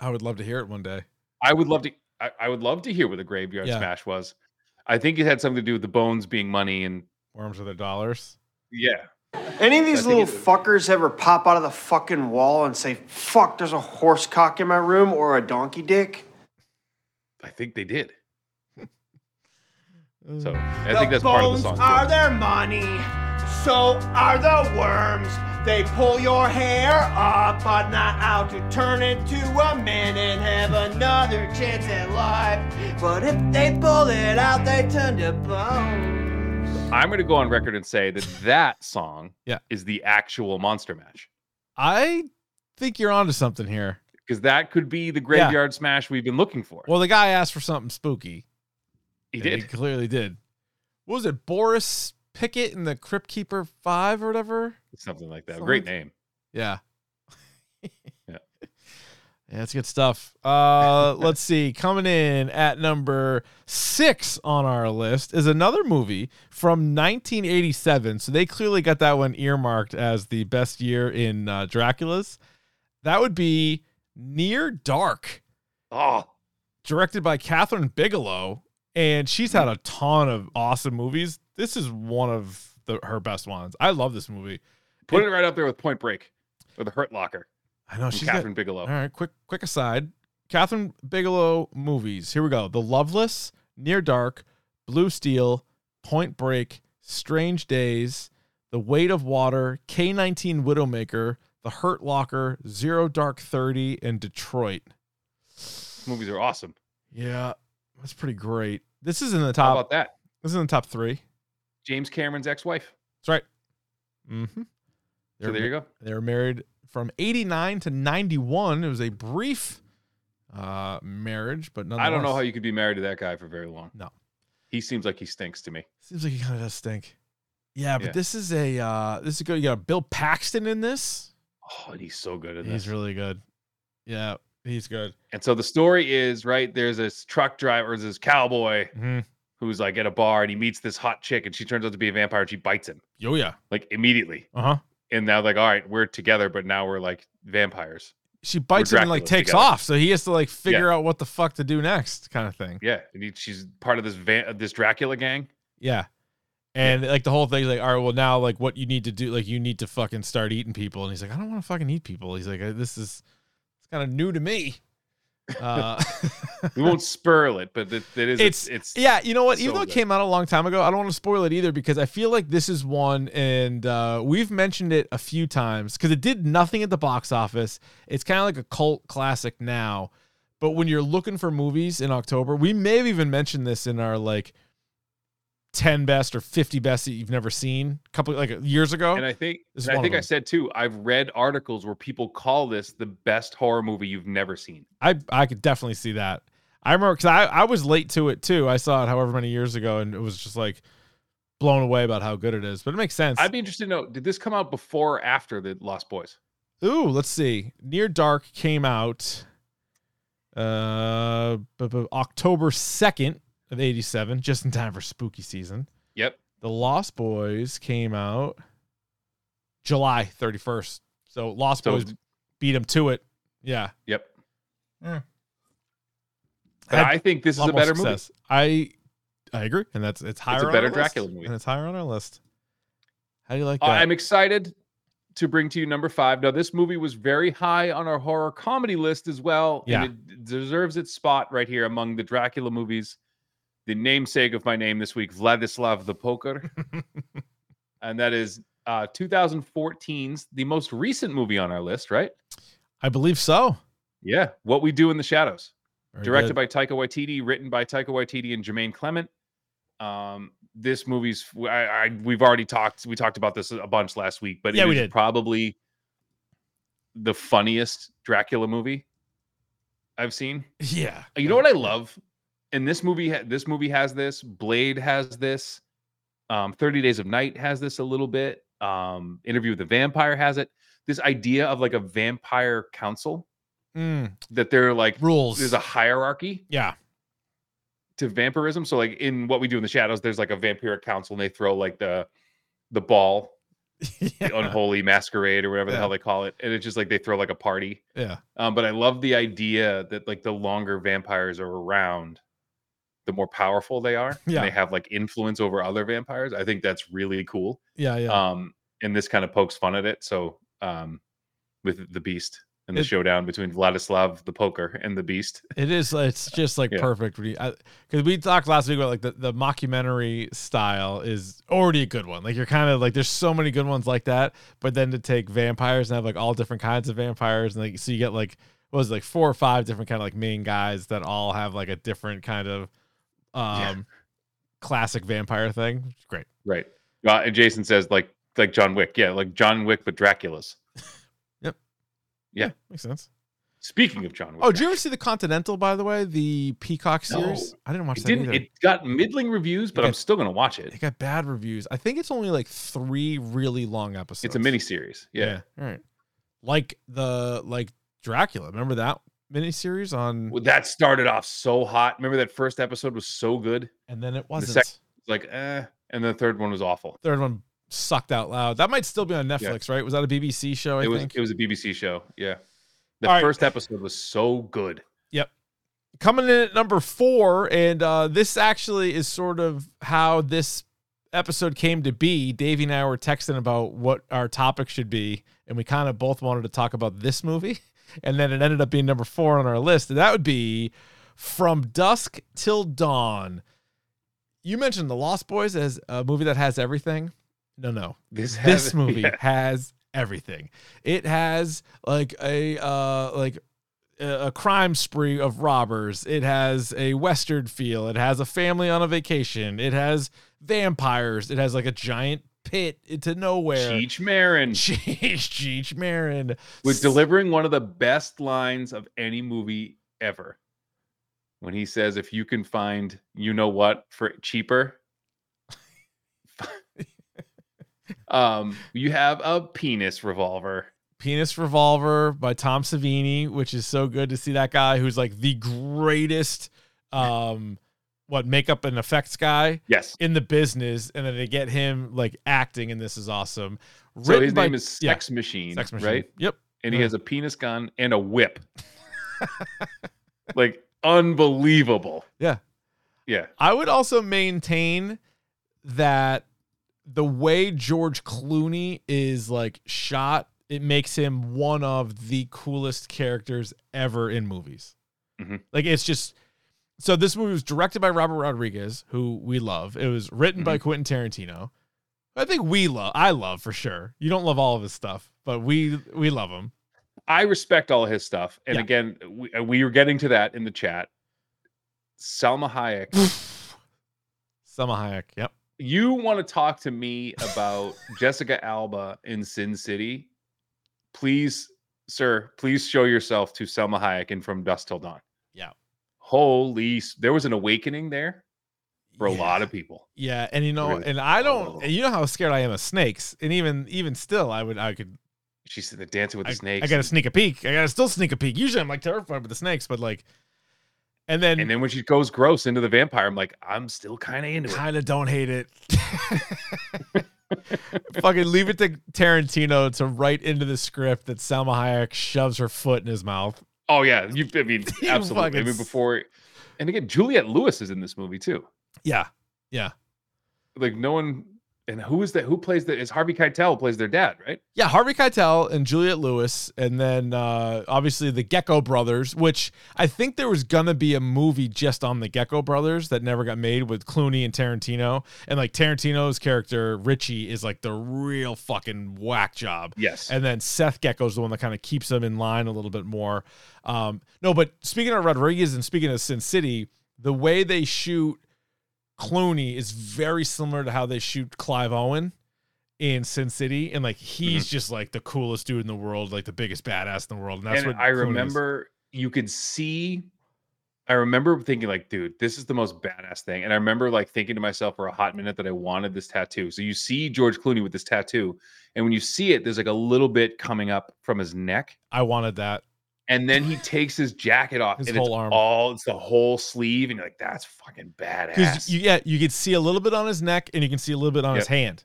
Speaker 2: I would love to hear it one day.
Speaker 3: I would love to. I, I would love to hear what the graveyard
Speaker 2: Yeah.
Speaker 3: smash was. I think it had something to do with the bones being money and
Speaker 2: Worms are their dollars.
Speaker 3: yeah.
Speaker 6: Any of
Speaker 3: I
Speaker 6: these
Speaker 3: think
Speaker 6: little
Speaker 3: it-
Speaker 6: fuckers ever pop out of the fucking wall and say, fuck, there's a horse cock in my room or a donkey dick?
Speaker 3: I think they did. So
Speaker 2: Uh,
Speaker 3: I think that's part of the song. too.
Speaker 6: are their money, so are the worms. They pull your hair up, but not out to turn into a man and have another chance at life. But if they pull it out, they turn to bones.
Speaker 3: I'm going to go on record and say that that song
Speaker 2: Yeah.
Speaker 3: is the actual Monster Mash.
Speaker 2: I think you're onto something here.
Speaker 3: because that could be the graveyard smash we've been looking for.
Speaker 2: Well, the guy asked for something spooky.
Speaker 3: he
Speaker 2: and
Speaker 3: did.
Speaker 2: He clearly did. What was it? Boris Pickett and the Crypt Keeper 5 or whatever?
Speaker 3: *laughs* Something like that.
Speaker 2: Sounds-
Speaker 3: Great name.
Speaker 2: Yeah.
Speaker 3: *laughs* Yeah.
Speaker 2: Yeah, it's good stuff.
Speaker 3: *laughs*
Speaker 2: Uh, let's see. Coming in at number six on our list is another movie from 1987. So they clearly got that one earmarked as the best year in uh, Dracula's. That would be Near Dark,
Speaker 3: Oh,
Speaker 2: directed by Catherine Bigelow. And she's had a ton of awesome movies. This is one of the, her best ones. I love this movie.
Speaker 3: put it right up there with Point Break or The Hurt Locker.
Speaker 2: I know
Speaker 3: from
Speaker 2: she's got-
Speaker 3: Catherine Bigelow.
Speaker 2: All right, quick quick aside. Catherine Bigelow movies. Here we go. The Loveless, Near Dark, Blue Steel, Point Break, Strange Days, The Weight of Water, K19 Widowmaker, The Hurt Locker, Zero Dark 30, and Detroit.
Speaker 3: Movies are awesome.
Speaker 2: Yeah, that's pretty great. This is in the
Speaker 3: How
Speaker 2: top
Speaker 3: about that?
Speaker 2: this is in the top 3.
Speaker 3: James Cameron's ex-wife.
Speaker 2: That's right. Mhm.
Speaker 3: So there you go.
Speaker 2: They were married from 89 to 91. It was a brief uh marriage, but
Speaker 3: I don't know
Speaker 2: nonetheless-
Speaker 3: how you could be married to that guy for very long.
Speaker 2: No.
Speaker 3: He seems like he stinks to me.
Speaker 2: Seems like he kind of does stink. Yeah, but
Speaker 3: Yeah.
Speaker 2: this is a uh this is good. You got Bill Paxton in this.
Speaker 3: Oh, and he's so good at this.
Speaker 2: He's really good. Yeah, he's good.
Speaker 3: and so the story is right there's this truck driver, there's this cowboy
Speaker 2: Mhm.
Speaker 3: who's like at a bar and he meets this hot chick and she turns out to be a vampire and she bites him
Speaker 2: Oh yeah.
Speaker 3: like immediately.
Speaker 2: Uh huh.
Speaker 3: And now like, all right, we're together, but now we're like vampires.
Speaker 2: She bites him and like
Speaker 3: Dracula's
Speaker 2: takes
Speaker 3: together.
Speaker 2: off, so he has to like figure out what the fuck to do next, kind of thing.
Speaker 3: Yeah, and he, she's part of this van, this Dracula gang.
Speaker 2: Yeah. And like the whole thing's like, all right, well now like what you need to do, like you need to fucking start eating people. And he's like, I don't want to fucking eat people. He's like, this is it's kind of new to me. Uh, *laughs*
Speaker 3: We won't *laughs* spoil it, but it, it is it's
Speaker 2: It's-
Speaker 3: it's
Speaker 2: Yeah, you know what? Even
Speaker 3: So
Speaker 2: though it
Speaker 3: good.
Speaker 2: came out a long time ago, I don't want to spoil it either because I feel like this is one, and uh, we've mentioned it a few times because it did nothing at the box office. It's kind of like a cult classic now, but when you're looking for movies in October, we may have even mentioned this in our like ten best or fifty best that you've never seen, a couple like years ago.
Speaker 3: And I think
Speaker 2: This is
Speaker 3: and I
Speaker 2: one of
Speaker 3: think I
Speaker 2: them.
Speaker 3: said too. I've read articles where people call this the best horror movie you've never seen.
Speaker 2: I I could definitely see that. I remember because I I was late to it too. I saw it however many years ago, and it was just like blown away about how good it is. But it makes sense.
Speaker 3: I'd be interested to know: did this come out before or after the Lost Boys?
Speaker 2: Ooh, let's see. Near Dark came out uh bu- bu- October 2nd of 87, just in time for spooky season.
Speaker 3: Yep.
Speaker 2: The Lost Boys came out July 31st. So Lost
Speaker 3: So,
Speaker 2: Boys beat him to it. Yeah.
Speaker 3: yep.
Speaker 2: Mm.
Speaker 3: But
Speaker 2: Had
Speaker 3: I think this is
Speaker 2: a lot
Speaker 3: a
Speaker 2: more
Speaker 3: better movie.
Speaker 2: success. I I agree. And that's it's higher on
Speaker 3: better
Speaker 2: our list,
Speaker 3: Dracula movie.
Speaker 2: And it's higher on our list. How do you like
Speaker 3: Uh,
Speaker 2: that?
Speaker 3: I'm excited to bring to you number five. Now, this movie was very high on our horror comedy list as well.
Speaker 2: Yeah.
Speaker 3: And it d- deserves its spot right here among the Dracula movies. The namesake of my name this week, Vladislav the Poker. and that is uh, 2014's, the most recent movie on our list, right?
Speaker 2: I believe so.
Speaker 3: Yeah. What We Do in the Shadows
Speaker 2: Very
Speaker 3: directed
Speaker 2: good.
Speaker 3: by Taika Waititi, written by Taika Waititi and Jermaine Clement. Um, this movie's I, I we've already talked we talked about this a bunch last week, but
Speaker 2: Yeah,
Speaker 3: it
Speaker 2: we
Speaker 3: is
Speaker 2: did.
Speaker 3: probably the funniest Dracula movie I've seen.
Speaker 2: *laughs* Yeah.
Speaker 3: You know what I love? And this movie ha- this movie has this, Blade has this, um, 30 Days of Night has this a little bit, um, Interview with the Vampire has it. This idea of like a vampire council
Speaker 2: Mm,
Speaker 3: that they're like
Speaker 2: rules.
Speaker 3: there's a hierarchy
Speaker 2: *laughs*
Speaker 3: *laughs*
Speaker 2: yeah.
Speaker 3: to vampirism. So like in what we do in the shadows, there's like a vampiric council and they throw like the the ball, the
Speaker 2: yeah.
Speaker 3: unholy masquerade or whatever the
Speaker 2: Yeah.
Speaker 3: hell they call it. And it's just like they throw like a party.
Speaker 2: *laughs* Yeah.
Speaker 3: Um, but I love the idea that like the longer vampires are around, the more powerful they are.
Speaker 2: Yeah.
Speaker 3: And they have like influence over other vampires. I think that's really cool.
Speaker 2: Yeah. Yeah.
Speaker 3: Um, and this kind of pokes fun at it. So um with the beast and the
Speaker 2: It-
Speaker 3: showdown between Vladislav the poker and the beast.
Speaker 2: It is. It's just like
Speaker 3: Yeah.
Speaker 2: perfect. Because we talked last week about like the, the mockumentary style is already a good one. Like you're kind of like there's so many good ones like that, but then to take vampires and have like all different kinds of vampires and like so you get like what was it, like four or five different kind of like main guys that all have like a different kind of um
Speaker 3: Yeah.
Speaker 2: classic vampire thing. It's Great.
Speaker 3: Right. Uh, and Jason says like like John Wick. Yeah, like John Wick but Dracula's.
Speaker 2: Yep.
Speaker 3: Yeah.
Speaker 2: makes sense.
Speaker 3: Speaking of John Wick,
Speaker 2: Oh, did you ever see the Continental? By the way, the Peacock series.
Speaker 3: No.
Speaker 2: I didn't watch
Speaker 3: it
Speaker 2: that
Speaker 3: didn't.
Speaker 2: either.
Speaker 3: It got middling reviews, but
Speaker 2: It
Speaker 3: I'm
Speaker 2: got-
Speaker 3: still gonna watch it.
Speaker 2: it got bad reviews. I think it's only like three really long episodes.
Speaker 3: It's a mini series. Yeah.
Speaker 2: All right. Like the like Dracula. Remember that miniseries on,
Speaker 3: Well, that started off so hot. Remember that first episode was so good.
Speaker 2: and then it wasn't.
Speaker 3: sec- It's like, eh. And the third one was awful.
Speaker 2: Third one sucked out loud. That might still be on Netflix, right? Was that a BBC show? I
Speaker 3: it was
Speaker 2: think.
Speaker 3: it was a BBC show. Yeah. The
Speaker 2: All right.
Speaker 3: first episode was so good.
Speaker 2: coming in at number four, and uh, this actually is sort of how this episode came to be. Davey and I were texting about what our topic should be, and we kind of both wanted to talk about this movie, *laughs* and then it ended up being number four on our list, and that would be From Dusk Till Dawn. You mentioned The Lost Boys as a movie that has everything. No, no
Speaker 3: This
Speaker 2: this
Speaker 3: has- *laughs*
Speaker 2: movie
Speaker 3: yeah.
Speaker 2: has everything. It has like a uh like a a crime spree of robbers. It has a western feel. It has a family on a vacation. It has vampires. It has like a giant pit into nowhere.
Speaker 3: Cheech Marin
Speaker 2: *laughs* Cheech Cheech Marin
Speaker 3: was delivering one of the best lines of any movie ever. When he says, if you can find you know what for cheaper, *laughs* um, you have a penis revolver.
Speaker 2: Penis Revolver by Tom Savini, which is so good to see that guy who's like the greatest um what makeup and effects guy.
Speaker 3: Yes.
Speaker 2: in the business, and then they get him like acting, and this is awesome.
Speaker 3: So his
Speaker 2: by-
Speaker 3: name is
Speaker 2: yeah,
Speaker 3: Sex, Machine,
Speaker 2: Sex Machine, Uh-huh.
Speaker 3: right?
Speaker 2: Yep.
Speaker 3: And he
Speaker 2: Yeah.
Speaker 3: has a penis gun and a
Speaker 2: *laughs*
Speaker 3: whip. like unbelievable.
Speaker 2: Yeah.
Speaker 3: Yeah.
Speaker 2: I would also maintain that the way George Clooney is like shot, it makes him one of the coolest characters ever in movies.
Speaker 3: Mhm.
Speaker 2: Like it's just so this movie was directed by Robert Rodriguez, who we love. It was written
Speaker 3: Mm-hmm.
Speaker 2: by Quentin Tarantino. I think we love I love for sure. You don't love all of his stuff, but we we love him.
Speaker 3: I respect all his stuff. And
Speaker 2: Yeah.
Speaker 3: again, we, uh, we were getting to that in the chat. Salma Hayek,
Speaker 2: Selma Hayek. Yep.
Speaker 3: you want to talk to me about Jessica Alba in Sin City? Please, sir, please show yourself to Selma Hayek in From Dust Till Dawn.
Speaker 2: Yeah.
Speaker 3: Holy, s- there was an awakening there for a lot of people.
Speaker 2: Yeah, and you know,
Speaker 3: Really?
Speaker 2: and I don't.
Speaker 3: Oh.
Speaker 2: And you know how scared I am of snakes, and even even still, I would I could
Speaker 3: She's in the dancing with the
Speaker 2: I,
Speaker 3: snakes.
Speaker 2: I gotta
Speaker 3: and-
Speaker 2: sneak a peek. I gotta still sneak a peek. Usually, I'm like terrified with the snakes, but like, and then,
Speaker 3: and then when she goes gross into the vampire, I'm like, I'm still kind of into it.
Speaker 2: kind of don't hate it. *laughs* Fucking leave it to Tarantino to write into the script that Salma Hayek shoves her foot in his mouth.
Speaker 3: Oh yeah, you. I mean,
Speaker 2: *laughs* You
Speaker 3: absolutely. I
Speaker 2: fucking
Speaker 3: mean,
Speaker 2: s-
Speaker 3: before, and again, Juliet Lewis is in this movie too.
Speaker 2: Yeah,
Speaker 3: Like no one, and who is that? Who plays that? Is Harvey Keitel plays their dad, right?
Speaker 2: Yeah, Harvey Keitel and Juliet Lewis, and then uh, obviously the Gecko Brothers, which I think there was gonna be a movie just on the Gecko Brothers that never got made with Clooney and Tarantino, and like Tarantino's character Richie is like the real fucking whack job,
Speaker 3: Yes.
Speaker 2: and then Seth Gecko's the one that kind of keeps them in line a little bit more. Um, no, but speaking of Rodriguez and speaking of Sin City, the way they shoot Clooney is very similar to how they shoot Clive Owen in Sin City, and like he's
Speaker 3: Mm-hmm.
Speaker 2: just like the coolest dude in the world, like the biggest badass in the world, and that's
Speaker 3: and
Speaker 2: what
Speaker 3: I
Speaker 2: Clooney is.
Speaker 3: remember you could see. I remember thinking like, dude, this is the most badass thing. And I remember like thinking to myself for a hot minute that I wanted this tattoo. So you see George Clooney with this tattoo, and when you see it, there's like a little bit coming up from his neck.
Speaker 2: I wanted that.
Speaker 3: and then he takes his jacket off
Speaker 2: His
Speaker 3: and
Speaker 2: whole
Speaker 3: it's
Speaker 2: arm.
Speaker 3: all it's the whole sleeve and you're like that's fucking
Speaker 2: because
Speaker 3: badass
Speaker 2: you, yeah, you could see a little bit on his neck and you can see a little bit on his
Speaker 3: Yep.
Speaker 2: hand,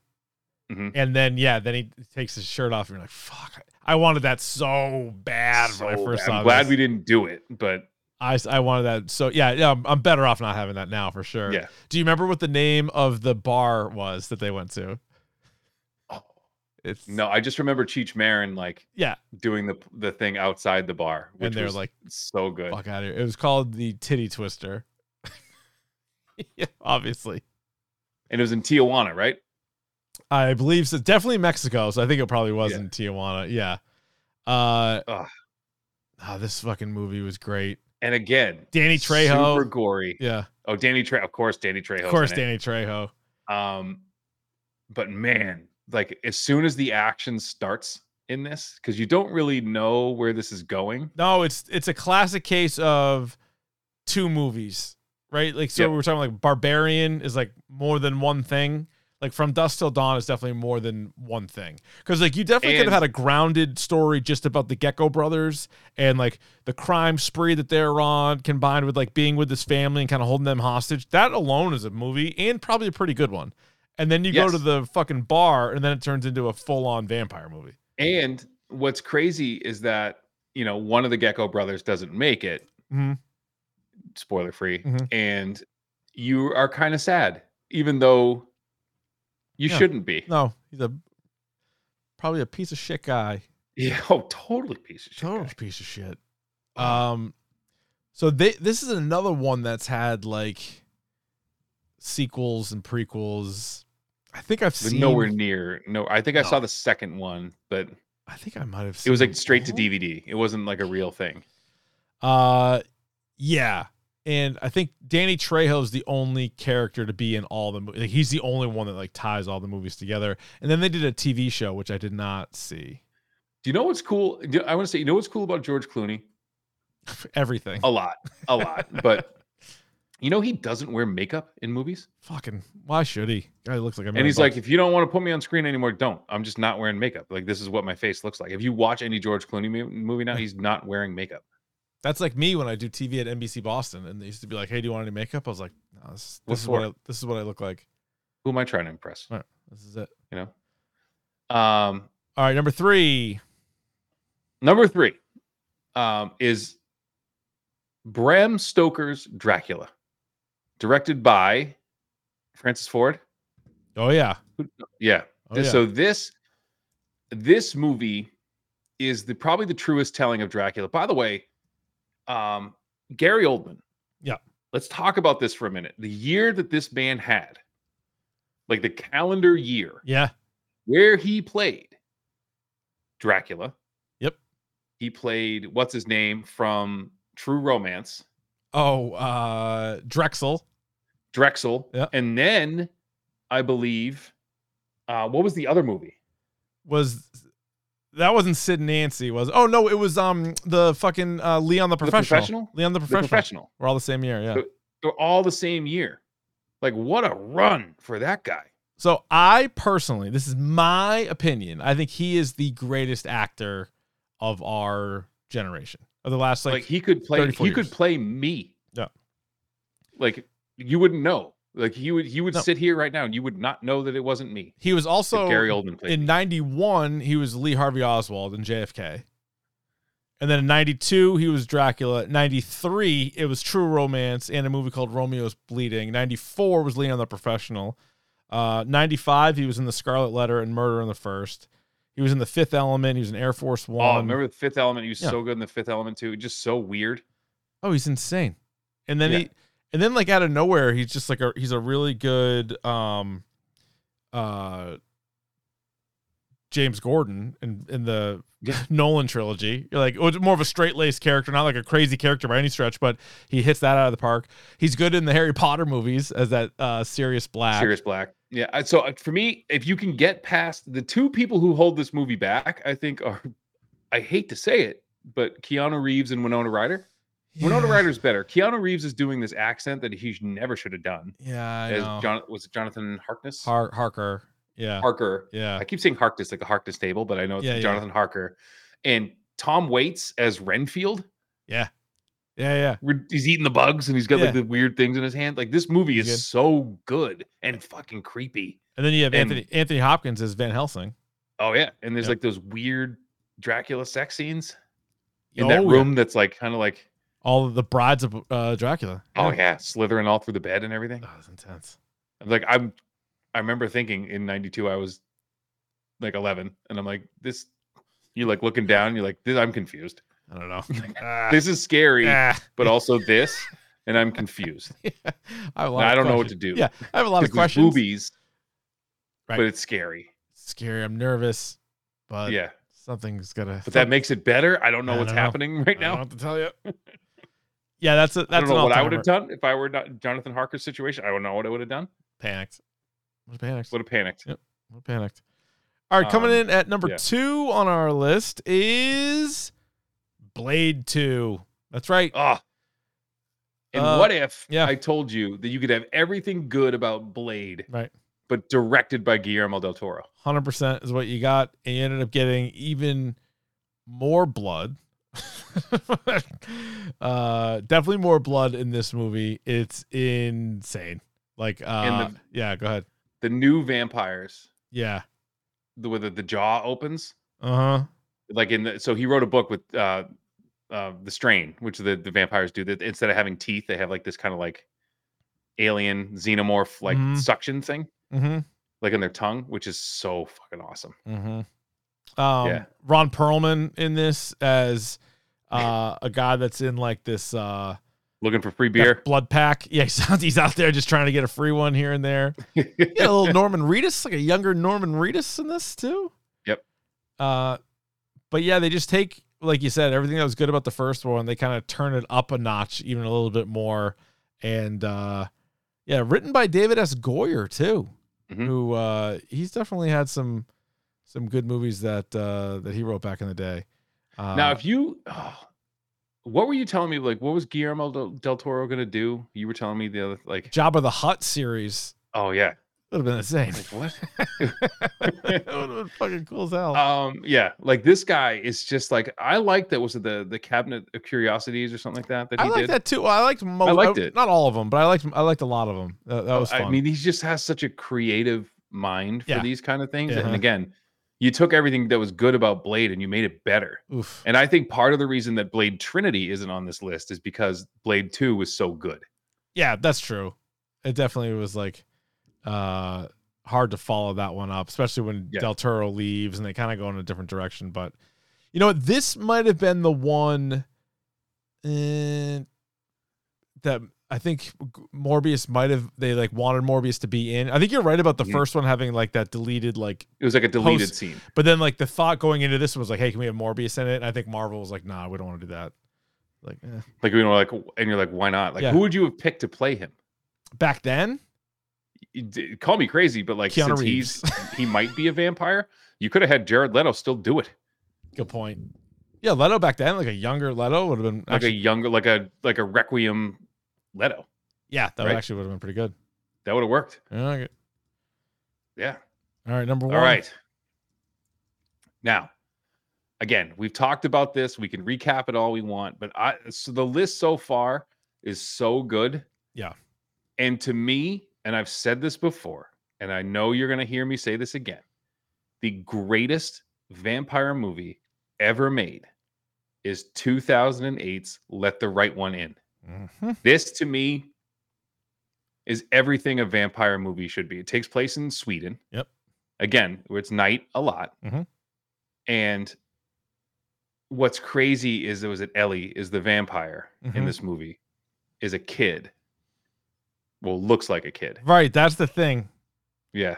Speaker 3: Mhm.
Speaker 2: and then yeah, then he takes his shirt off and you're like, "Fuck!" I wanted that so bad when I
Speaker 3: So
Speaker 2: first
Speaker 3: bad.
Speaker 2: saw.
Speaker 3: I'm glad
Speaker 2: this.
Speaker 3: we didn't do it but
Speaker 2: I I wanted that so yeah yeah I'm, I'm better off not having that now for sure.
Speaker 3: Yeah.
Speaker 2: Do you remember what the name of the bar was that they went to?
Speaker 3: Oh.
Speaker 2: It's
Speaker 3: no i just remember cheech marin like
Speaker 2: Yeah.
Speaker 3: doing the the thing outside the bar which
Speaker 2: and they're
Speaker 3: was
Speaker 2: like
Speaker 3: so good
Speaker 2: fuck out of here. It was called the Titty Twister. *laughs* yeah, obviously.
Speaker 3: and it was in tijuana right
Speaker 2: I believe so. Definitely Mexico. So I think it probably was
Speaker 3: Yeah.
Speaker 2: in Tijuana. Yeah. Uh,
Speaker 3: Ugh.
Speaker 2: ah, this fucking movie was great.
Speaker 3: and again
Speaker 2: Danny Trejo.
Speaker 3: super gory
Speaker 2: yeah,
Speaker 3: oh danny trejo of course danny trejo
Speaker 2: of course, Danny Trejo.
Speaker 3: um but man like as soon as the action starts in this because you don't really know where this is going.
Speaker 2: No, it's it's a classic case of two movies, right? Like so
Speaker 3: Yep.
Speaker 2: we're talking like Barbarian is like more than one thing. Like from Dust Till Dawn is definitely more than one thing. Cuz like you definitely could
Speaker 3: And-
Speaker 2: have had a grounded story just about the Gecko brothers and like the crime spree that they're on combined with like being with this family and kind of holding them hostage. That alone is a movie and probably a pretty good one. And then you go
Speaker 3: Yes.
Speaker 2: to the fucking bar and then it turns into a full-on vampire movie.
Speaker 3: And what's crazy is that you know one of the Gecko brothers doesn't make it.
Speaker 2: Mhm.
Speaker 3: Spoiler free,
Speaker 2: Mhm.
Speaker 3: and you are kind of sad, even though you
Speaker 2: Yeah.
Speaker 3: shouldn't be.
Speaker 2: No, he's a probably a piece of shit guy.
Speaker 3: *laughs* Yeah, oh, totally piece of shit.
Speaker 2: Total
Speaker 3: guy. Oh.
Speaker 2: piece of shit. Um, so they this is another one that's had like sequels and prequels. I think I've
Speaker 3: But
Speaker 2: seen.
Speaker 3: nowhere near. No, I think I saw the second one, but
Speaker 2: I think I might have. seen
Speaker 3: it was like straight to
Speaker 2: all.
Speaker 3: DVD. It wasn't like a real thing.
Speaker 2: Uh, yeah, and I think Danny Trejo's the only character to be in all the movies. Like, he's the only one that like ties all the movies together. And then they did a TV show which I did not see.
Speaker 3: Do you know what's cool? Do- I want to say, you know what's cool about George Clooney?
Speaker 2: Everything.
Speaker 3: A lot, a *laughs* lot. but you know, he doesn't wear makeup in movies.
Speaker 2: Fucking. Why should he? Guy looks like a.
Speaker 3: and he's like, if you don't want to put me on screen anymore, don't. I'm just not wearing makeup. Like, this is what my face looks like. If you watch any George Clooney mo- movie now, he's not wearing makeup.
Speaker 2: That's like me when I do TV at NBC Boston, and they used to be like, "Hey, do you want any makeup?" I was like, "No, this,
Speaker 3: What
Speaker 2: this is what
Speaker 3: for?
Speaker 2: I, this is what I look like.
Speaker 3: Who am I trying to impress?
Speaker 2: This is it."
Speaker 3: You know? Um,
Speaker 2: All right, number three.
Speaker 3: number three um, is Bram Stoker's Dracula, directed by Francis Ford.
Speaker 2: Oh yeah,
Speaker 3: Yeah.
Speaker 2: oh
Speaker 3: Th-
Speaker 2: yeah.
Speaker 3: So this this movie is the probably the truest telling of Dracula. By the way, um, Gary Oldman.
Speaker 2: Yeah.
Speaker 3: Let's talk about this for a minute. The year that this man had, like the calendar year
Speaker 2: yeah,
Speaker 3: where he played Dracula.
Speaker 2: Yep.
Speaker 3: He played what's his name from True Romance,
Speaker 2: oh uh, Drexel.
Speaker 3: Drexel,
Speaker 2: Yeah.
Speaker 3: and then I believe uh, what was the other movie?
Speaker 2: was that wasn't Sid and Nancy was oh no it was um the fucking uh, Leon the professional.
Speaker 3: Professional?
Speaker 2: Leon the
Speaker 3: The
Speaker 2: professional.
Speaker 3: Professional.
Speaker 2: We're all the same year, yeah.
Speaker 3: The- they're all the same year. Like, what a run for that guy.
Speaker 2: So I personally, this is my opinion. I think he is the greatest actor of our generation of the last
Speaker 3: Like,
Speaker 2: like
Speaker 3: he could play,
Speaker 2: 34
Speaker 3: he could
Speaker 2: years.
Speaker 3: play me.
Speaker 2: Yeah.
Speaker 3: Like you wouldn't know. Like he would, he would
Speaker 2: No.
Speaker 3: sit here right now and you would not know that it wasn't me.
Speaker 2: He was
Speaker 3: that
Speaker 2: also
Speaker 3: Gary Oldman played.
Speaker 2: in
Speaker 3: me.
Speaker 2: '91. He was Lee Harvey Oswald in JFK, and then in '92 he was Dracula. '93 it was True Romance and a movie called Romeo's Bleeding. '94 was Leon the Professional. Uh, '95 he was in The Scarlet Letter and Murder in the First. He was in The Fifth Element. He was in Air Force One.
Speaker 3: Oh, remember the Fifth Element? He was
Speaker 2: Um, Yeah.
Speaker 3: so good in the Fifth Element too. Just so weird.
Speaker 2: Oh, he's insane. And then
Speaker 3: Yeah.
Speaker 2: he and then like out of nowhere, he's just like a he's a really good um uh James Gordon in in the
Speaker 3: Yeah.
Speaker 2: *laughs* Nolan trilogy. You're like oh, it's more of a straight laced character, not like a crazy character by any stretch, but he hits that out of the park. He's good in the Harry Potter movies as that uh serious black.
Speaker 3: Sirius Black. Yeah. I- So uh, for me, if you can get past the two people who hold this movie back, I think are, I hate to say it, but Keanu Reeves and Winona Ryder. Winona
Speaker 2: Yeah.
Speaker 3: Ryder's better. Keanu Reeves is doing this accent that he sh- never should have done.
Speaker 2: Yeah, I
Speaker 3: As
Speaker 2: know.
Speaker 3: John, was it Jonathan Harkness?
Speaker 2: Har- Harker. Yeah.
Speaker 3: Harker.
Speaker 2: Yeah.
Speaker 3: I keep saying Harkness like the Harkness table, but I know it's
Speaker 2: Yeah, yeah.
Speaker 3: Jonathan Harker. And Tom Waits as Renfield.
Speaker 2: Yeah, yeah.
Speaker 3: Re- He's eating the bugs and he's got
Speaker 2: Yeah.
Speaker 3: like the weird things in his hand. Like this movie
Speaker 2: He's
Speaker 3: is
Speaker 2: good.
Speaker 3: so good and fucking creepy.
Speaker 2: And then you have
Speaker 3: And-
Speaker 2: Anthony Anthony Hopkins as Van Helsing.
Speaker 3: Oh yeah, and there's
Speaker 2: Yep.
Speaker 3: like those weird Dracula sex scenes in that
Speaker 2: Oh, yeah.
Speaker 3: room that's like kind of like
Speaker 2: All of the brides of uh, Dracula.
Speaker 3: oh yeah, slithering all through the bed and everything.
Speaker 2: Oh, that's intense.
Speaker 3: I'm Like I'm, I remember thinking in '92 I was like 11, and I'm like this. You're like looking down. You're like this, I'm confused.
Speaker 2: I don't know.
Speaker 3: This is
Speaker 2: *laughs*
Speaker 3: scary,
Speaker 2: Ah.
Speaker 3: but also this, and I'm
Speaker 2: *laughs*
Speaker 3: confused.
Speaker 2: I, have a lot
Speaker 3: And I
Speaker 2: of
Speaker 3: don't know what to
Speaker 2: questions.
Speaker 3: do.
Speaker 2: Yeah, I have a lot of
Speaker 3: 'Cause there's
Speaker 2: questions.
Speaker 3: Movies,
Speaker 2: Right. Uh,
Speaker 3: but it's scary.
Speaker 2: Scary. I'm nervous, but
Speaker 3: yeah,
Speaker 2: something's gonna.
Speaker 3: but that makes it better. I don't know
Speaker 2: I
Speaker 3: what's
Speaker 2: don't know.
Speaker 3: happening right
Speaker 2: I don't
Speaker 3: now.
Speaker 2: have to
Speaker 3: *laughs*
Speaker 2: tell you. yeah, that's a, that's
Speaker 3: I don't know
Speaker 2: an
Speaker 3: what I
Speaker 2: all-timer.
Speaker 3: would have done if I were not Jonathan Harker's situation. I don't know what I would have done.
Speaker 2: Panicked. Would have panicked.
Speaker 3: Would have panicked.
Speaker 2: Would have panicked. All right, coming
Speaker 3: Um,
Speaker 2: in at number
Speaker 3: yeah.
Speaker 2: two on our list is Blade Two. That's right.
Speaker 3: Ah. And
Speaker 2: Uh,
Speaker 3: what if
Speaker 2: yeah.
Speaker 3: I told you that you could have everything good about Blade,
Speaker 2: Right.
Speaker 3: but directed by Guillermo del Toro?
Speaker 2: hundred percent is what you got, and you ended up getting even more blood. *laughs* uh, definitely more blood in this movie. It's insane. Like, uh,
Speaker 3: the-
Speaker 2: yeah, go ahead.
Speaker 3: The new vampires,
Speaker 2: Yeah.
Speaker 3: the, where the, the jaw opens,
Speaker 2: Uh huh.
Speaker 3: like in the, so he wrote a book with uh, uh, the strain, which the, the vampires do. That instead of having teeth, they have like this kind of like alien xenomorph like
Speaker 2: Mhm.
Speaker 3: suction thing,
Speaker 2: Mm
Speaker 3: like in their tongue, which is so fucking awesome.
Speaker 2: hmm. Mm hmm. Um,
Speaker 3: Yeah.
Speaker 2: Ron Perlman in this as uh, a guy that's in like this uh,
Speaker 3: Looking for free beer.
Speaker 2: blood pack. Yeah, *laughs* he sounds he's out there just trying to get a free one here and there. Yeah, a little Norman Reedus, like a younger Norman Reedus in this too.
Speaker 3: Yep.
Speaker 2: Uh, but yeah, they just take, like you said, everything that was good about the first one. They kind of turn it up a notch, even a little bit more. And uh, yeah, written by David S. Goyer too,
Speaker 3: Mhm.
Speaker 2: who uh, he's definitely had some some good movies that uh, that he wrote back in the day. Uh,
Speaker 3: *laughs* Now, if you, oh, what were you telling me? Like, what was Guillermo del, del Toro gonna do? You were telling me the other, like,
Speaker 2: Job of the Hut series
Speaker 3: oh yeah,
Speaker 2: would have
Speaker 3: *laughs*
Speaker 2: been insane.
Speaker 3: like what?
Speaker 2: *laughs* it would have been fucking cool as hell.
Speaker 3: um, yeah, like this guy is just like I like that was it the the Cabinet of Curiosities or something like that that
Speaker 2: I
Speaker 3: he
Speaker 2: like
Speaker 3: did.
Speaker 2: that too. I liked most.
Speaker 3: I liked it. Oh,
Speaker 2: Not all of them, but I liked. I liked a lot of them. That, that was fun.
Speaker 3: I mean, he just has such a creative mind for
Speaker 2: Yeah.
Speaker 3: these kind of things.
Speaker 2: Uh-huh.
Speaker 3: And again, you took everything that was good about Blade and you made it better.
Speaker 2: Oof.
Speaker 3: And I think part of the reason that Blade Trinity isn't on this list is because Blade Two was so good.
Speaker 2: Yeah, that's true. It definitely was like uh hard to follow that one up, especially when
Speaker 3: Yeah.
Speaker 2: Del Toro leaves and they kind of go in a different direction. But you know, what? this might have been the one eh, that I think Morbius might have. They like wanted Morbius to be in. I think you're right about the
Speaker 3: Mhm.
Speaker 2: first one having like that deleted like
Speaker 3: It was like a deleted
Speaker 2: Post-
Speaker 3: scene.
Speaker 2: But then like the thought going into this one was like, hey, can we have Morbius in it? And I think Marvel was like, nah, we don't want to do that. Like eh.
Speaker 3: Like you know, like and you're like, why not? Like,
Speaker 2: Yeah.
Speaker 3: who would you have picked to play him?
Speaker 2: back then,
Speaker 3: You d- Call me crazy, but like
Speaker 2: Keanu
Speaker 3: since he's
Speaker 2: *laughs*
Speaker 3: he might be a vampire, you could have had Jared Leto still do it.
Speaker 2: good point. Yeah, Leto back then, like a younger Leto would have been
Speaker 3: Like
Speaker 2: actually,
Speaker 3: a younger, like a like a Requiem Leto.
Speaker 2: yeah, that
Speaker 3: right.
Speaker 2: actually would have been pretty good.
Speaker 3: That would have worked.
Speaker 2: Yeah, okay.
Speaker 3: Yeah.
Speaker 2: All right, number one.
Speaker 3: All right. Now, again, we've talked about this. We can recap it all we want, but I so the list so far is so good.
Speaker 2: Yeah.
Speaker 3: And to me, and I've said this before, and I know you're going to hear me say this again. The greatest vampire movie ever made is 2008's Let the Right One In.
Speaker 2: Mhm.
Speaker 3: This to me is everything a vampire movie should be. It takes place in Sweden.
Speaker 2: Yep.
Speaker 3: Again, where it's night a lot.
Speaker 2: Mhm.
Speaker 3: And what's crazy is there was that Ellie is the vampire in
Speaker 2: Mhm.
Speaker 3: this movie is a kid. Well, looks like a kid.
Speaker 2: Right, that's the thing.
Speaker 3: Yeah.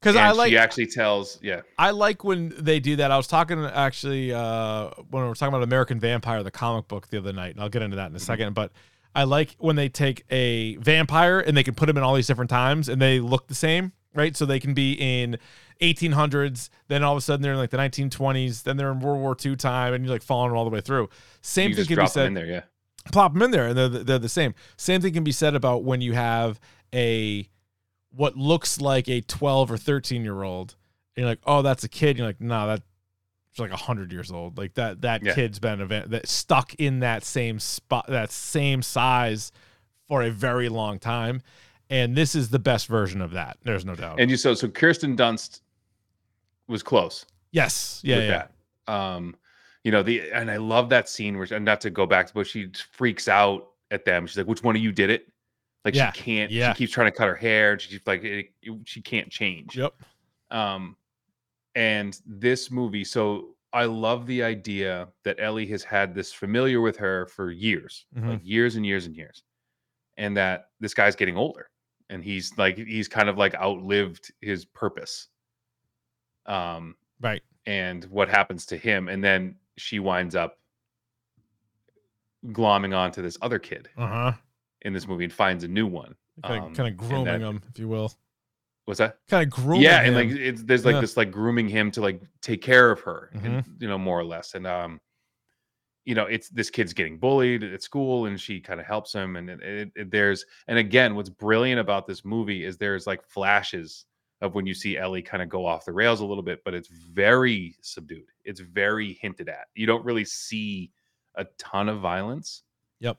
Speaker 2: Because I
Speaker 3: And
Speaker 2: like
Speaker 3: she actually tells, yeah.
Speaker 2: I like when they do that. I was talking actually uh, when we were talking about American Vampire, the comic book, the other night, and I'll get into that
Speaker 3: Mm-hmm.
Speaker 2: in a second. But I like when they take a vampire and they can put him in all these different times, and they look the same, right? So they can be in 1800s, then all of a sudden they're in like the 1920s, then they're in World War II time, and you're like following them all the way through. Same
Speaker 3: you
Speaker 2: thing
Speaker 3: just
Speaker 2: can be
Speaker 3: drop them in
Speaker 2: said
Speaker 3: there, yeah.
Speaker 2: plop them in there and they're, they're the same same thing can be said about when you have a what looks like a 12 or 13 year old and you're like oh that's a kid you're like nah that's like 100 years old like that that
Speaker 3: Yeah.
Speaker 2: kid's been event that stuck in that same spot that same size for a very long time and this is the best version of that there's no doubt
Speaker 3: And you so so Kirsten Dunst was close.
Speaker 2: yes yeah
Speaker 3: with
Speaker 2: yeah
Speaker 3: that. Um, you know, the and I love that scene where and not to go back to but she just freaks out at them. She's like, Which one of you did it? Like
Speaker 2: Yeah,
Speaker 3: she can't,
Speaker 2: yeah.
Speaker 3: she keeps trying to cut her hair, and she keeps like it, it- she can't change.
Speaker 2: yep
Speaker 3: Um and this movie, so I love the idea that Ellie has had this familiar with her for years,
Speaker 2: Mhm.
Speaker 3: like years and years and years. And that this guy's getting older and he's like he's kind of like outlived his purpose. Um
Speaker 2: right
Speaker 3: and what happens to him and then she winds up glomming onto this other kid
Speaker 2: uh-huh
Speaker 3: in this movie and finds a new one
Speaker 2: kind of,
Speaker 3: Um,
Speaker 2: kind of
Speaker 3: and that-
Speaker 2: grooming them if you will
Speaker 3: What's that?
Speaker 2: Kind of grooming.
Speaker 3: yeah,
Speaker 2: him.
Speaker 3: and like it's there's like
Speaker 2: Yeah. Mm-hmm.
Speaker 3: this like grooming him to like take care of her, and you know more or less. And um, you know, it's this kid's getting bullied at school, and she kind of helps him. And it, it, it- there's and again, what's brilliant about this movie is there's like flashes of when you see Ellie kind of go off the rails a little bit, but it's very subdued. It's very hinted at. You don't really see a ton of violence.
Speaker 2: Yep.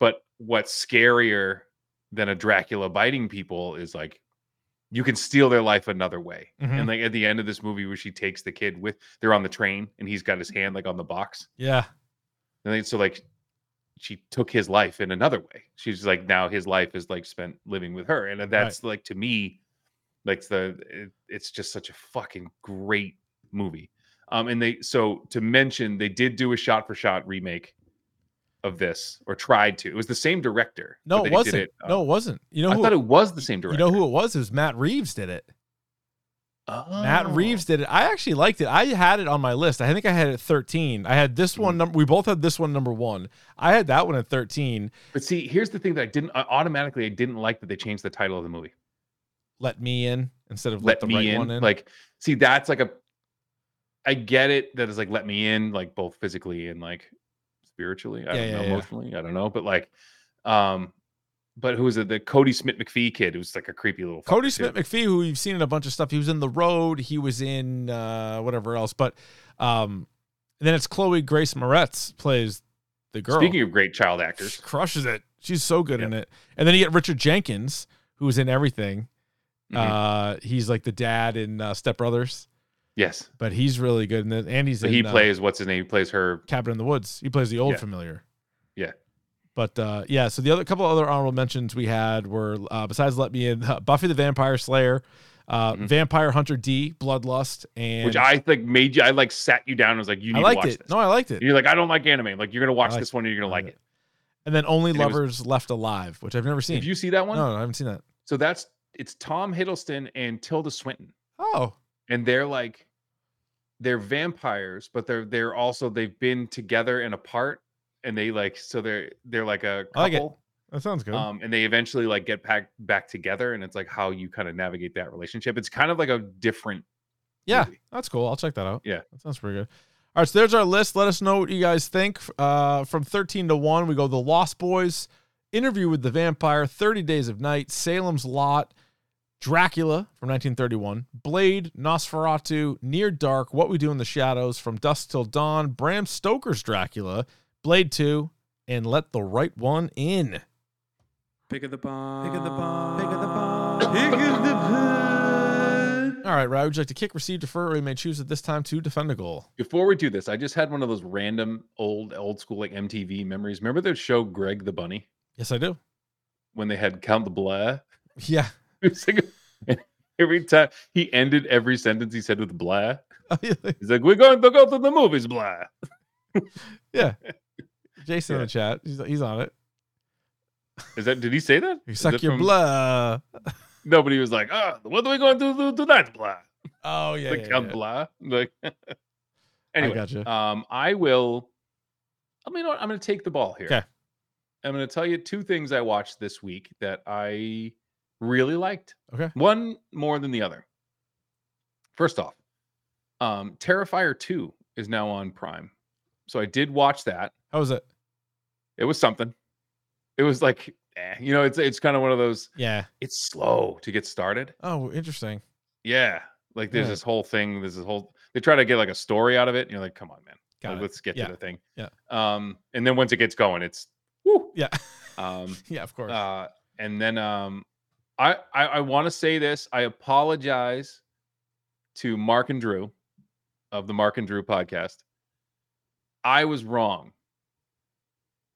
Speaker 3: But what's scarier than a Dracula biting people is like you can steal their life another way.
Speaker 2: Mhm.
Speaker 3: And like at the end of this movie where she takes the kid with they're on the train and he's got his
Speaker 2: Mm-hmm.
Speaker 3: hand like on the box.
Speaker 2: yeah,
Speaker 3: And then so like she took his life in another way. She's like now his life is like spent living with her. And uh, that's like to me, like the it, it's just such a fucking great movie. Um and they so to mention they did do a shot for shot remake of this or tried to. It was the same director. but
Speaker 2: no,
Speaker 3: they
Speaker 2: it
Speaker 3: did
Speaker 2: wasn't.
Speaker 3: uh,
Speaker 2: no, it wasn't. You know
Speaker 3: I
Speaker 2: who?
Speaker 3: thought it was the same
Speaker 2: you
Speaker 3: director.
Speaker 2: know who it was? It was Matt Reeves did it. Matt
Speaker 3: Oh.
Speaker 2: Reeves did it. I actually liked it. I had it on my list. I think I had it at 13. I had this
Speaker 3: Hmm.
Speaker 2: one number. We both had this one number one. I had that one at 13.
Speaker 3: But see, here's the thing that I didn't I automatically I didn't like that they changed the title of the movie.
Speaker 2: Let me in instead of let,
Speaker 3: Let,
Speaker 2: the
Speaker 3: me
Speaker 2: right
Speaker 3: in.
Speaker 2: one in.
Speaker 3: Like, see, that's like a I get it that it's like let me in, like both physically and like spiritually. I
Speaker 2: Yeah,
Speaker 3: don't
Speaker 2: yeah,
Speaker 3: know,
Speaker 2: yeah.
Speaker 3: emotionally. I don't know. But like um but who was it? The Cody Smith McPhee kid who was like a creepy little fucker,
Speaker 2: Cody
Speaker 3: too.
Speaker 2: Smith McPhee, who you've seen in a bunch of stuff. He was in The Road. He was in uh, whatever else. But um, and then it's Chloe Grace Moretz plays the girl.
Speaker 3: Speaking of great child actors,
Speaker 2: crushes it. She's so good in it. And then you get Richard Jenkins, who's in everything.
Speaker 3: Mhm.
Speaker 2: Uh, he's like the dad in uh, Step Brothers,
Speaker 3: yes.
Speaker 2: but he's really good in it. And he's
Speaker 3: So
Speaker 2: in,
Speaker 3: he
Speaker 2: uh,
Speaker 3: plays what's his name? He plays her
Speaker 2: Cabin in the Woods. He plays the old
Speaker 3: Yeah.
Speaker 2: familiar.
Speaker 3: Yeah.
Speaker 2: But uh, yeah, so the other couple other honorable mentions we had were uh, besides Let Me In, *laughs* Buffy the Vampire Slayer, uh,
Speaker 3: Mhm.
Speaker 2: Vampire Hunter D, Bloodlust, and
Speaker 3: which I think made you I like sat you down and was like, you
Speaker 2: I
Speaker 3: need to
Speaker 2: liked
Speaker 3: watch
Speaker 2: it.
Speaker 3: this.
Speaker 2: No, I liked it.
Speaker 3: you're like, I don't like anime. Like you're gonna watch
Speaker 2: like
Speaker 3: this one and you're gonna
Speaker 2: I like
Speaker 3: like it.
Speaker 2: And then Only
Speaker 3: And it was-
Speaker 2: Lovers Left Alive, which I've never seen.
Speaker 3: Did you see that one?
Speaker 2: no, no, I haven't seen that.
Speaker 3: So that's it's Tom Hiddleston and Tilda Swinton,
Speaker 2: Oh,
Speaker 3: and they're like they're vampires, but they're they're also they've been together and apart, and they like so they're they're like a
Speaker 2: I like it.
Speaker 3: couple,
Speaker 2: that sounds good.
Speaker 3: um, and they eventually like get back back together, and it's like how you kind of navigate that relationship. It's kind of like a different
Speaker 2: Yeah,
Speaker 3: movie.
Speaker 2: that's cool. I'll check that out.
Speaker 3: Yeah.
Speaker 2: that sounds pretty good. All right, so there's our list. Let us know what you guys think. Uh, from 13 to 1, we go The Lost Boys, Interview with the Vampire, 30 Days of Night, Salem's Lot, Dracula from 1931, Blade, Nosferatu, Near Dark, What We Do in the Shadows, From Dusk Till Dawn, Bram Stoker's Dracula, Blade 2, and Let the Right One In.
Speaker 4: Pick of the bomb. Pick of the bomb. Pick of the bomb. Pick of the bomb.
Speaker 2: All right, Ryan, would you like to kick, receive, defer, or you may choose at this time to defend a goal?
Speaker 3: Before we do this, I just had one of those random old old school like MTV memories. Remember the show Greg the Bunny
Speaker 2: Yes, I do. *laughs*
Speaker 3: when they had Count the Blah? *laughs*
Speaker 2: Yeah. *laughs*
Speaker 3: It's like- *laughs* every time he ended every sentence he said with blah. He's like, "We're going to go to the movies, blah."
Speaker 2: Jason in
Speaker 3: Yeah.
Speaker 2: the chat. He's, he's on it.
Speaker 3: Is that? Did he say that?
Speaker 2: You
Speaker 3: Is
Speaker 2: suck
Speaker 3: that
Speaker 2: your
Speaker 3: from-
Speaker 2: blood.
Speaker 3: Nobody was like, "Ah, what are we going to do tonight, blah?"
Speaker 2: Oh yeah,
Speaker 3: Like,
Speaker 2: yeah,
Speaker 3: "Count blah. *laughs* Like, anyway,
Speaker 2: gotcha.
Speaker 3: um, I will. I mean, you know what? I'm going to take the ball here.
Speaker 2: 'Kay.
Speaker 3: I'm going to tell you two things I watched this week that I really liked.
Speaker 2: Okay.
Speaker 3: One more than the other. First off, um, Terrifier 2 is now on Prime. So I did watch that.
Speaker 2: How was it?
Speaker 3: It was something. It was like, eh, you know, it's it's kind of one of those.
Speaker 2: Yeah.
Speaker 3: It's slow to get started.
Speaker 2: Oh, interesting.
Speaker 3: Yeah, like there's
Speaker 2: Yeah.
Speaker 3: this whole thing. There's this whole. They try to get like a story out of it. And you're like, come on, man.
Speaker 2: Got
Speaker 3: Like,
Speaker 2: it.
Speaker 3: let's get
Speaker 2: Yeah.
Speaker 3: to the thing.
Speaker 2: Yeah.
Speaker 3: Um, and then once it gets going, it's woo.
Speaker 2: Yeah. *laughs*
Speaker 3: Um,
Speaker 2: yeah, of course.
Speaker 3: uh, and then um, I I, I want to say this. I apologize to Mark and Drew of the Mark and Drew podcast. I was wrong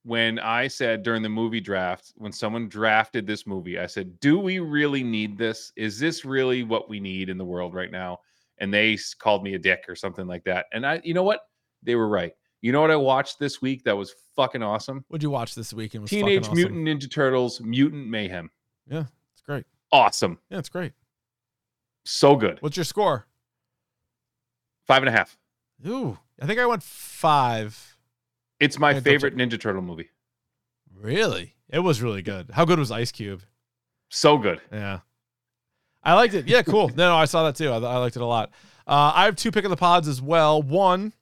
Speaker 3: when I said during the movie draft when someone drafted this movie. I said, "Do we really need this? Is this really what we need in the world right now?" And they s- called me a dick or something like that. And I, you know what? They were right. You know what I watched this week that was fucking awesome?
Speaker 2: What'd you watch this week? It was fucking
Speaker 3: Teenage
Speaker 2: awesome.
Speaker 3: Mutant Ninja Turtles Mutant Mayhem.
Speaker 2: It's great.
Speaker 3: Awesome.
Speaker 2: Yeah, it's great.
Speaker 3: So good.
Speaker 2: What's your score?
Speaker 3: Five and a half.
Speaker 2: Ooh, I think I went five.
Speaker 3: It's
Speaker 2: I
Speaker 3: my
Speaker 2: don't
Speaker 3: favorite Ninja Turtle movie.
Speaker 2: Really? It was really good. How good was Ice Cube?
Speaker 3: So good.
Speaker 2: Yeah. I liked it. Yeah,
Speaker 3: *laughs*
Speaker 2: cool. No, no, I saw that too. I, I liked it a lot. Uh, I have two pick of the pods as well. One,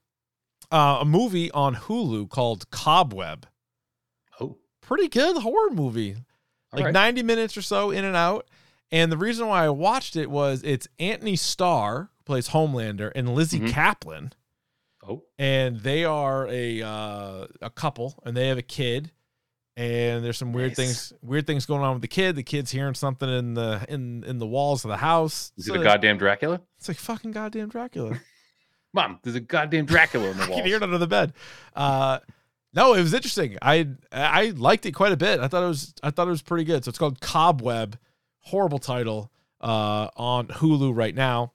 Speaker 2: uh, a movie on Hulu called Cobweb.
Speaker 3: Oh,
Speaker 2: Pretty good horror movie.
Speaker 3: all
Speaker 2: like
Speaker 3: right.
Speaker 2: 90 minutes or so in and out. And the reason why I watched it was it's Anthony Starr, who plays Homelander, and Lizzie
Speaker 3: Mhm.
Speaker 2: Kaplan.
Speaker 3: Oh,
Speaker 2: And they are a uh, a couple and they have a kid. And there's some weird
Speaker 3: Nice.
Speaker 2: things weird things going on with the kid. The kid's hearing something in the in in the walls of the house.
Speaker 3: is
Speaker 2: So
Speaker 3: it a goddamn Dracula?
Speaker 2: It's like fucking goddamn Dracula.
Speaker 3: Mom, there's a goddamn Dracula in the
Speaker 2: *laughs* I
Speaker 3: wall.
Speaker 2: can hear it under the bed. Uh, no, it was interesting. I I liked it quite a bit. I thought it was I thought it was pretty good. So it's called Cobweb, horrible title uh, on Hulu right now.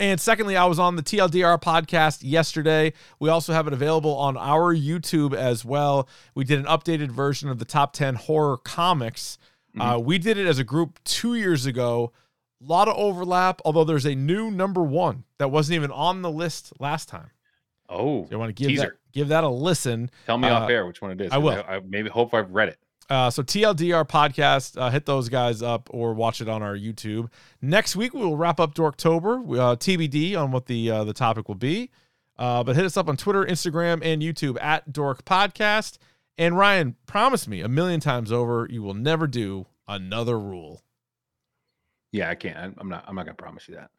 Speaker 2: And secondly, I was on the TLDR podcast yesterday. We also have it available on our YouTube as well. We did an updated version of the top 10 horror comics. Uh,
Speaker 3: Mm-hmm.
Speaker 2: we did it as a group two years ago. A lot of overlap, although there's a new number one that wasn't even on the list last time.
Speaker 3: Oh,
Speaker 2: You want to give
Speaker 3: Teaser.
Speaker 2: that, give that a listen.
Speaker 3: tell me
Speaker 2: Uh,
Speaker 3: off air which one it is.
Speaker 2: I
Speaker 3: 'cause
Speaker 2: will.
Speaker 3: I, maybe hope I've read it.
Speaker 2: Uh, so TLDR podcast, uh, hit those guys up or watch it on our YouTube. Next week we will wrap up Dorktober, uh, TBD on what the uh, the topic will be. Uh, but hit us up on Twitter, Instagram, and YouTube at Dork Podcast. And Ryan, promise me a million times over, you will never do another rule.
Speaker 3: Yeah, I can't. I'm not. I'm not gonna promise you that.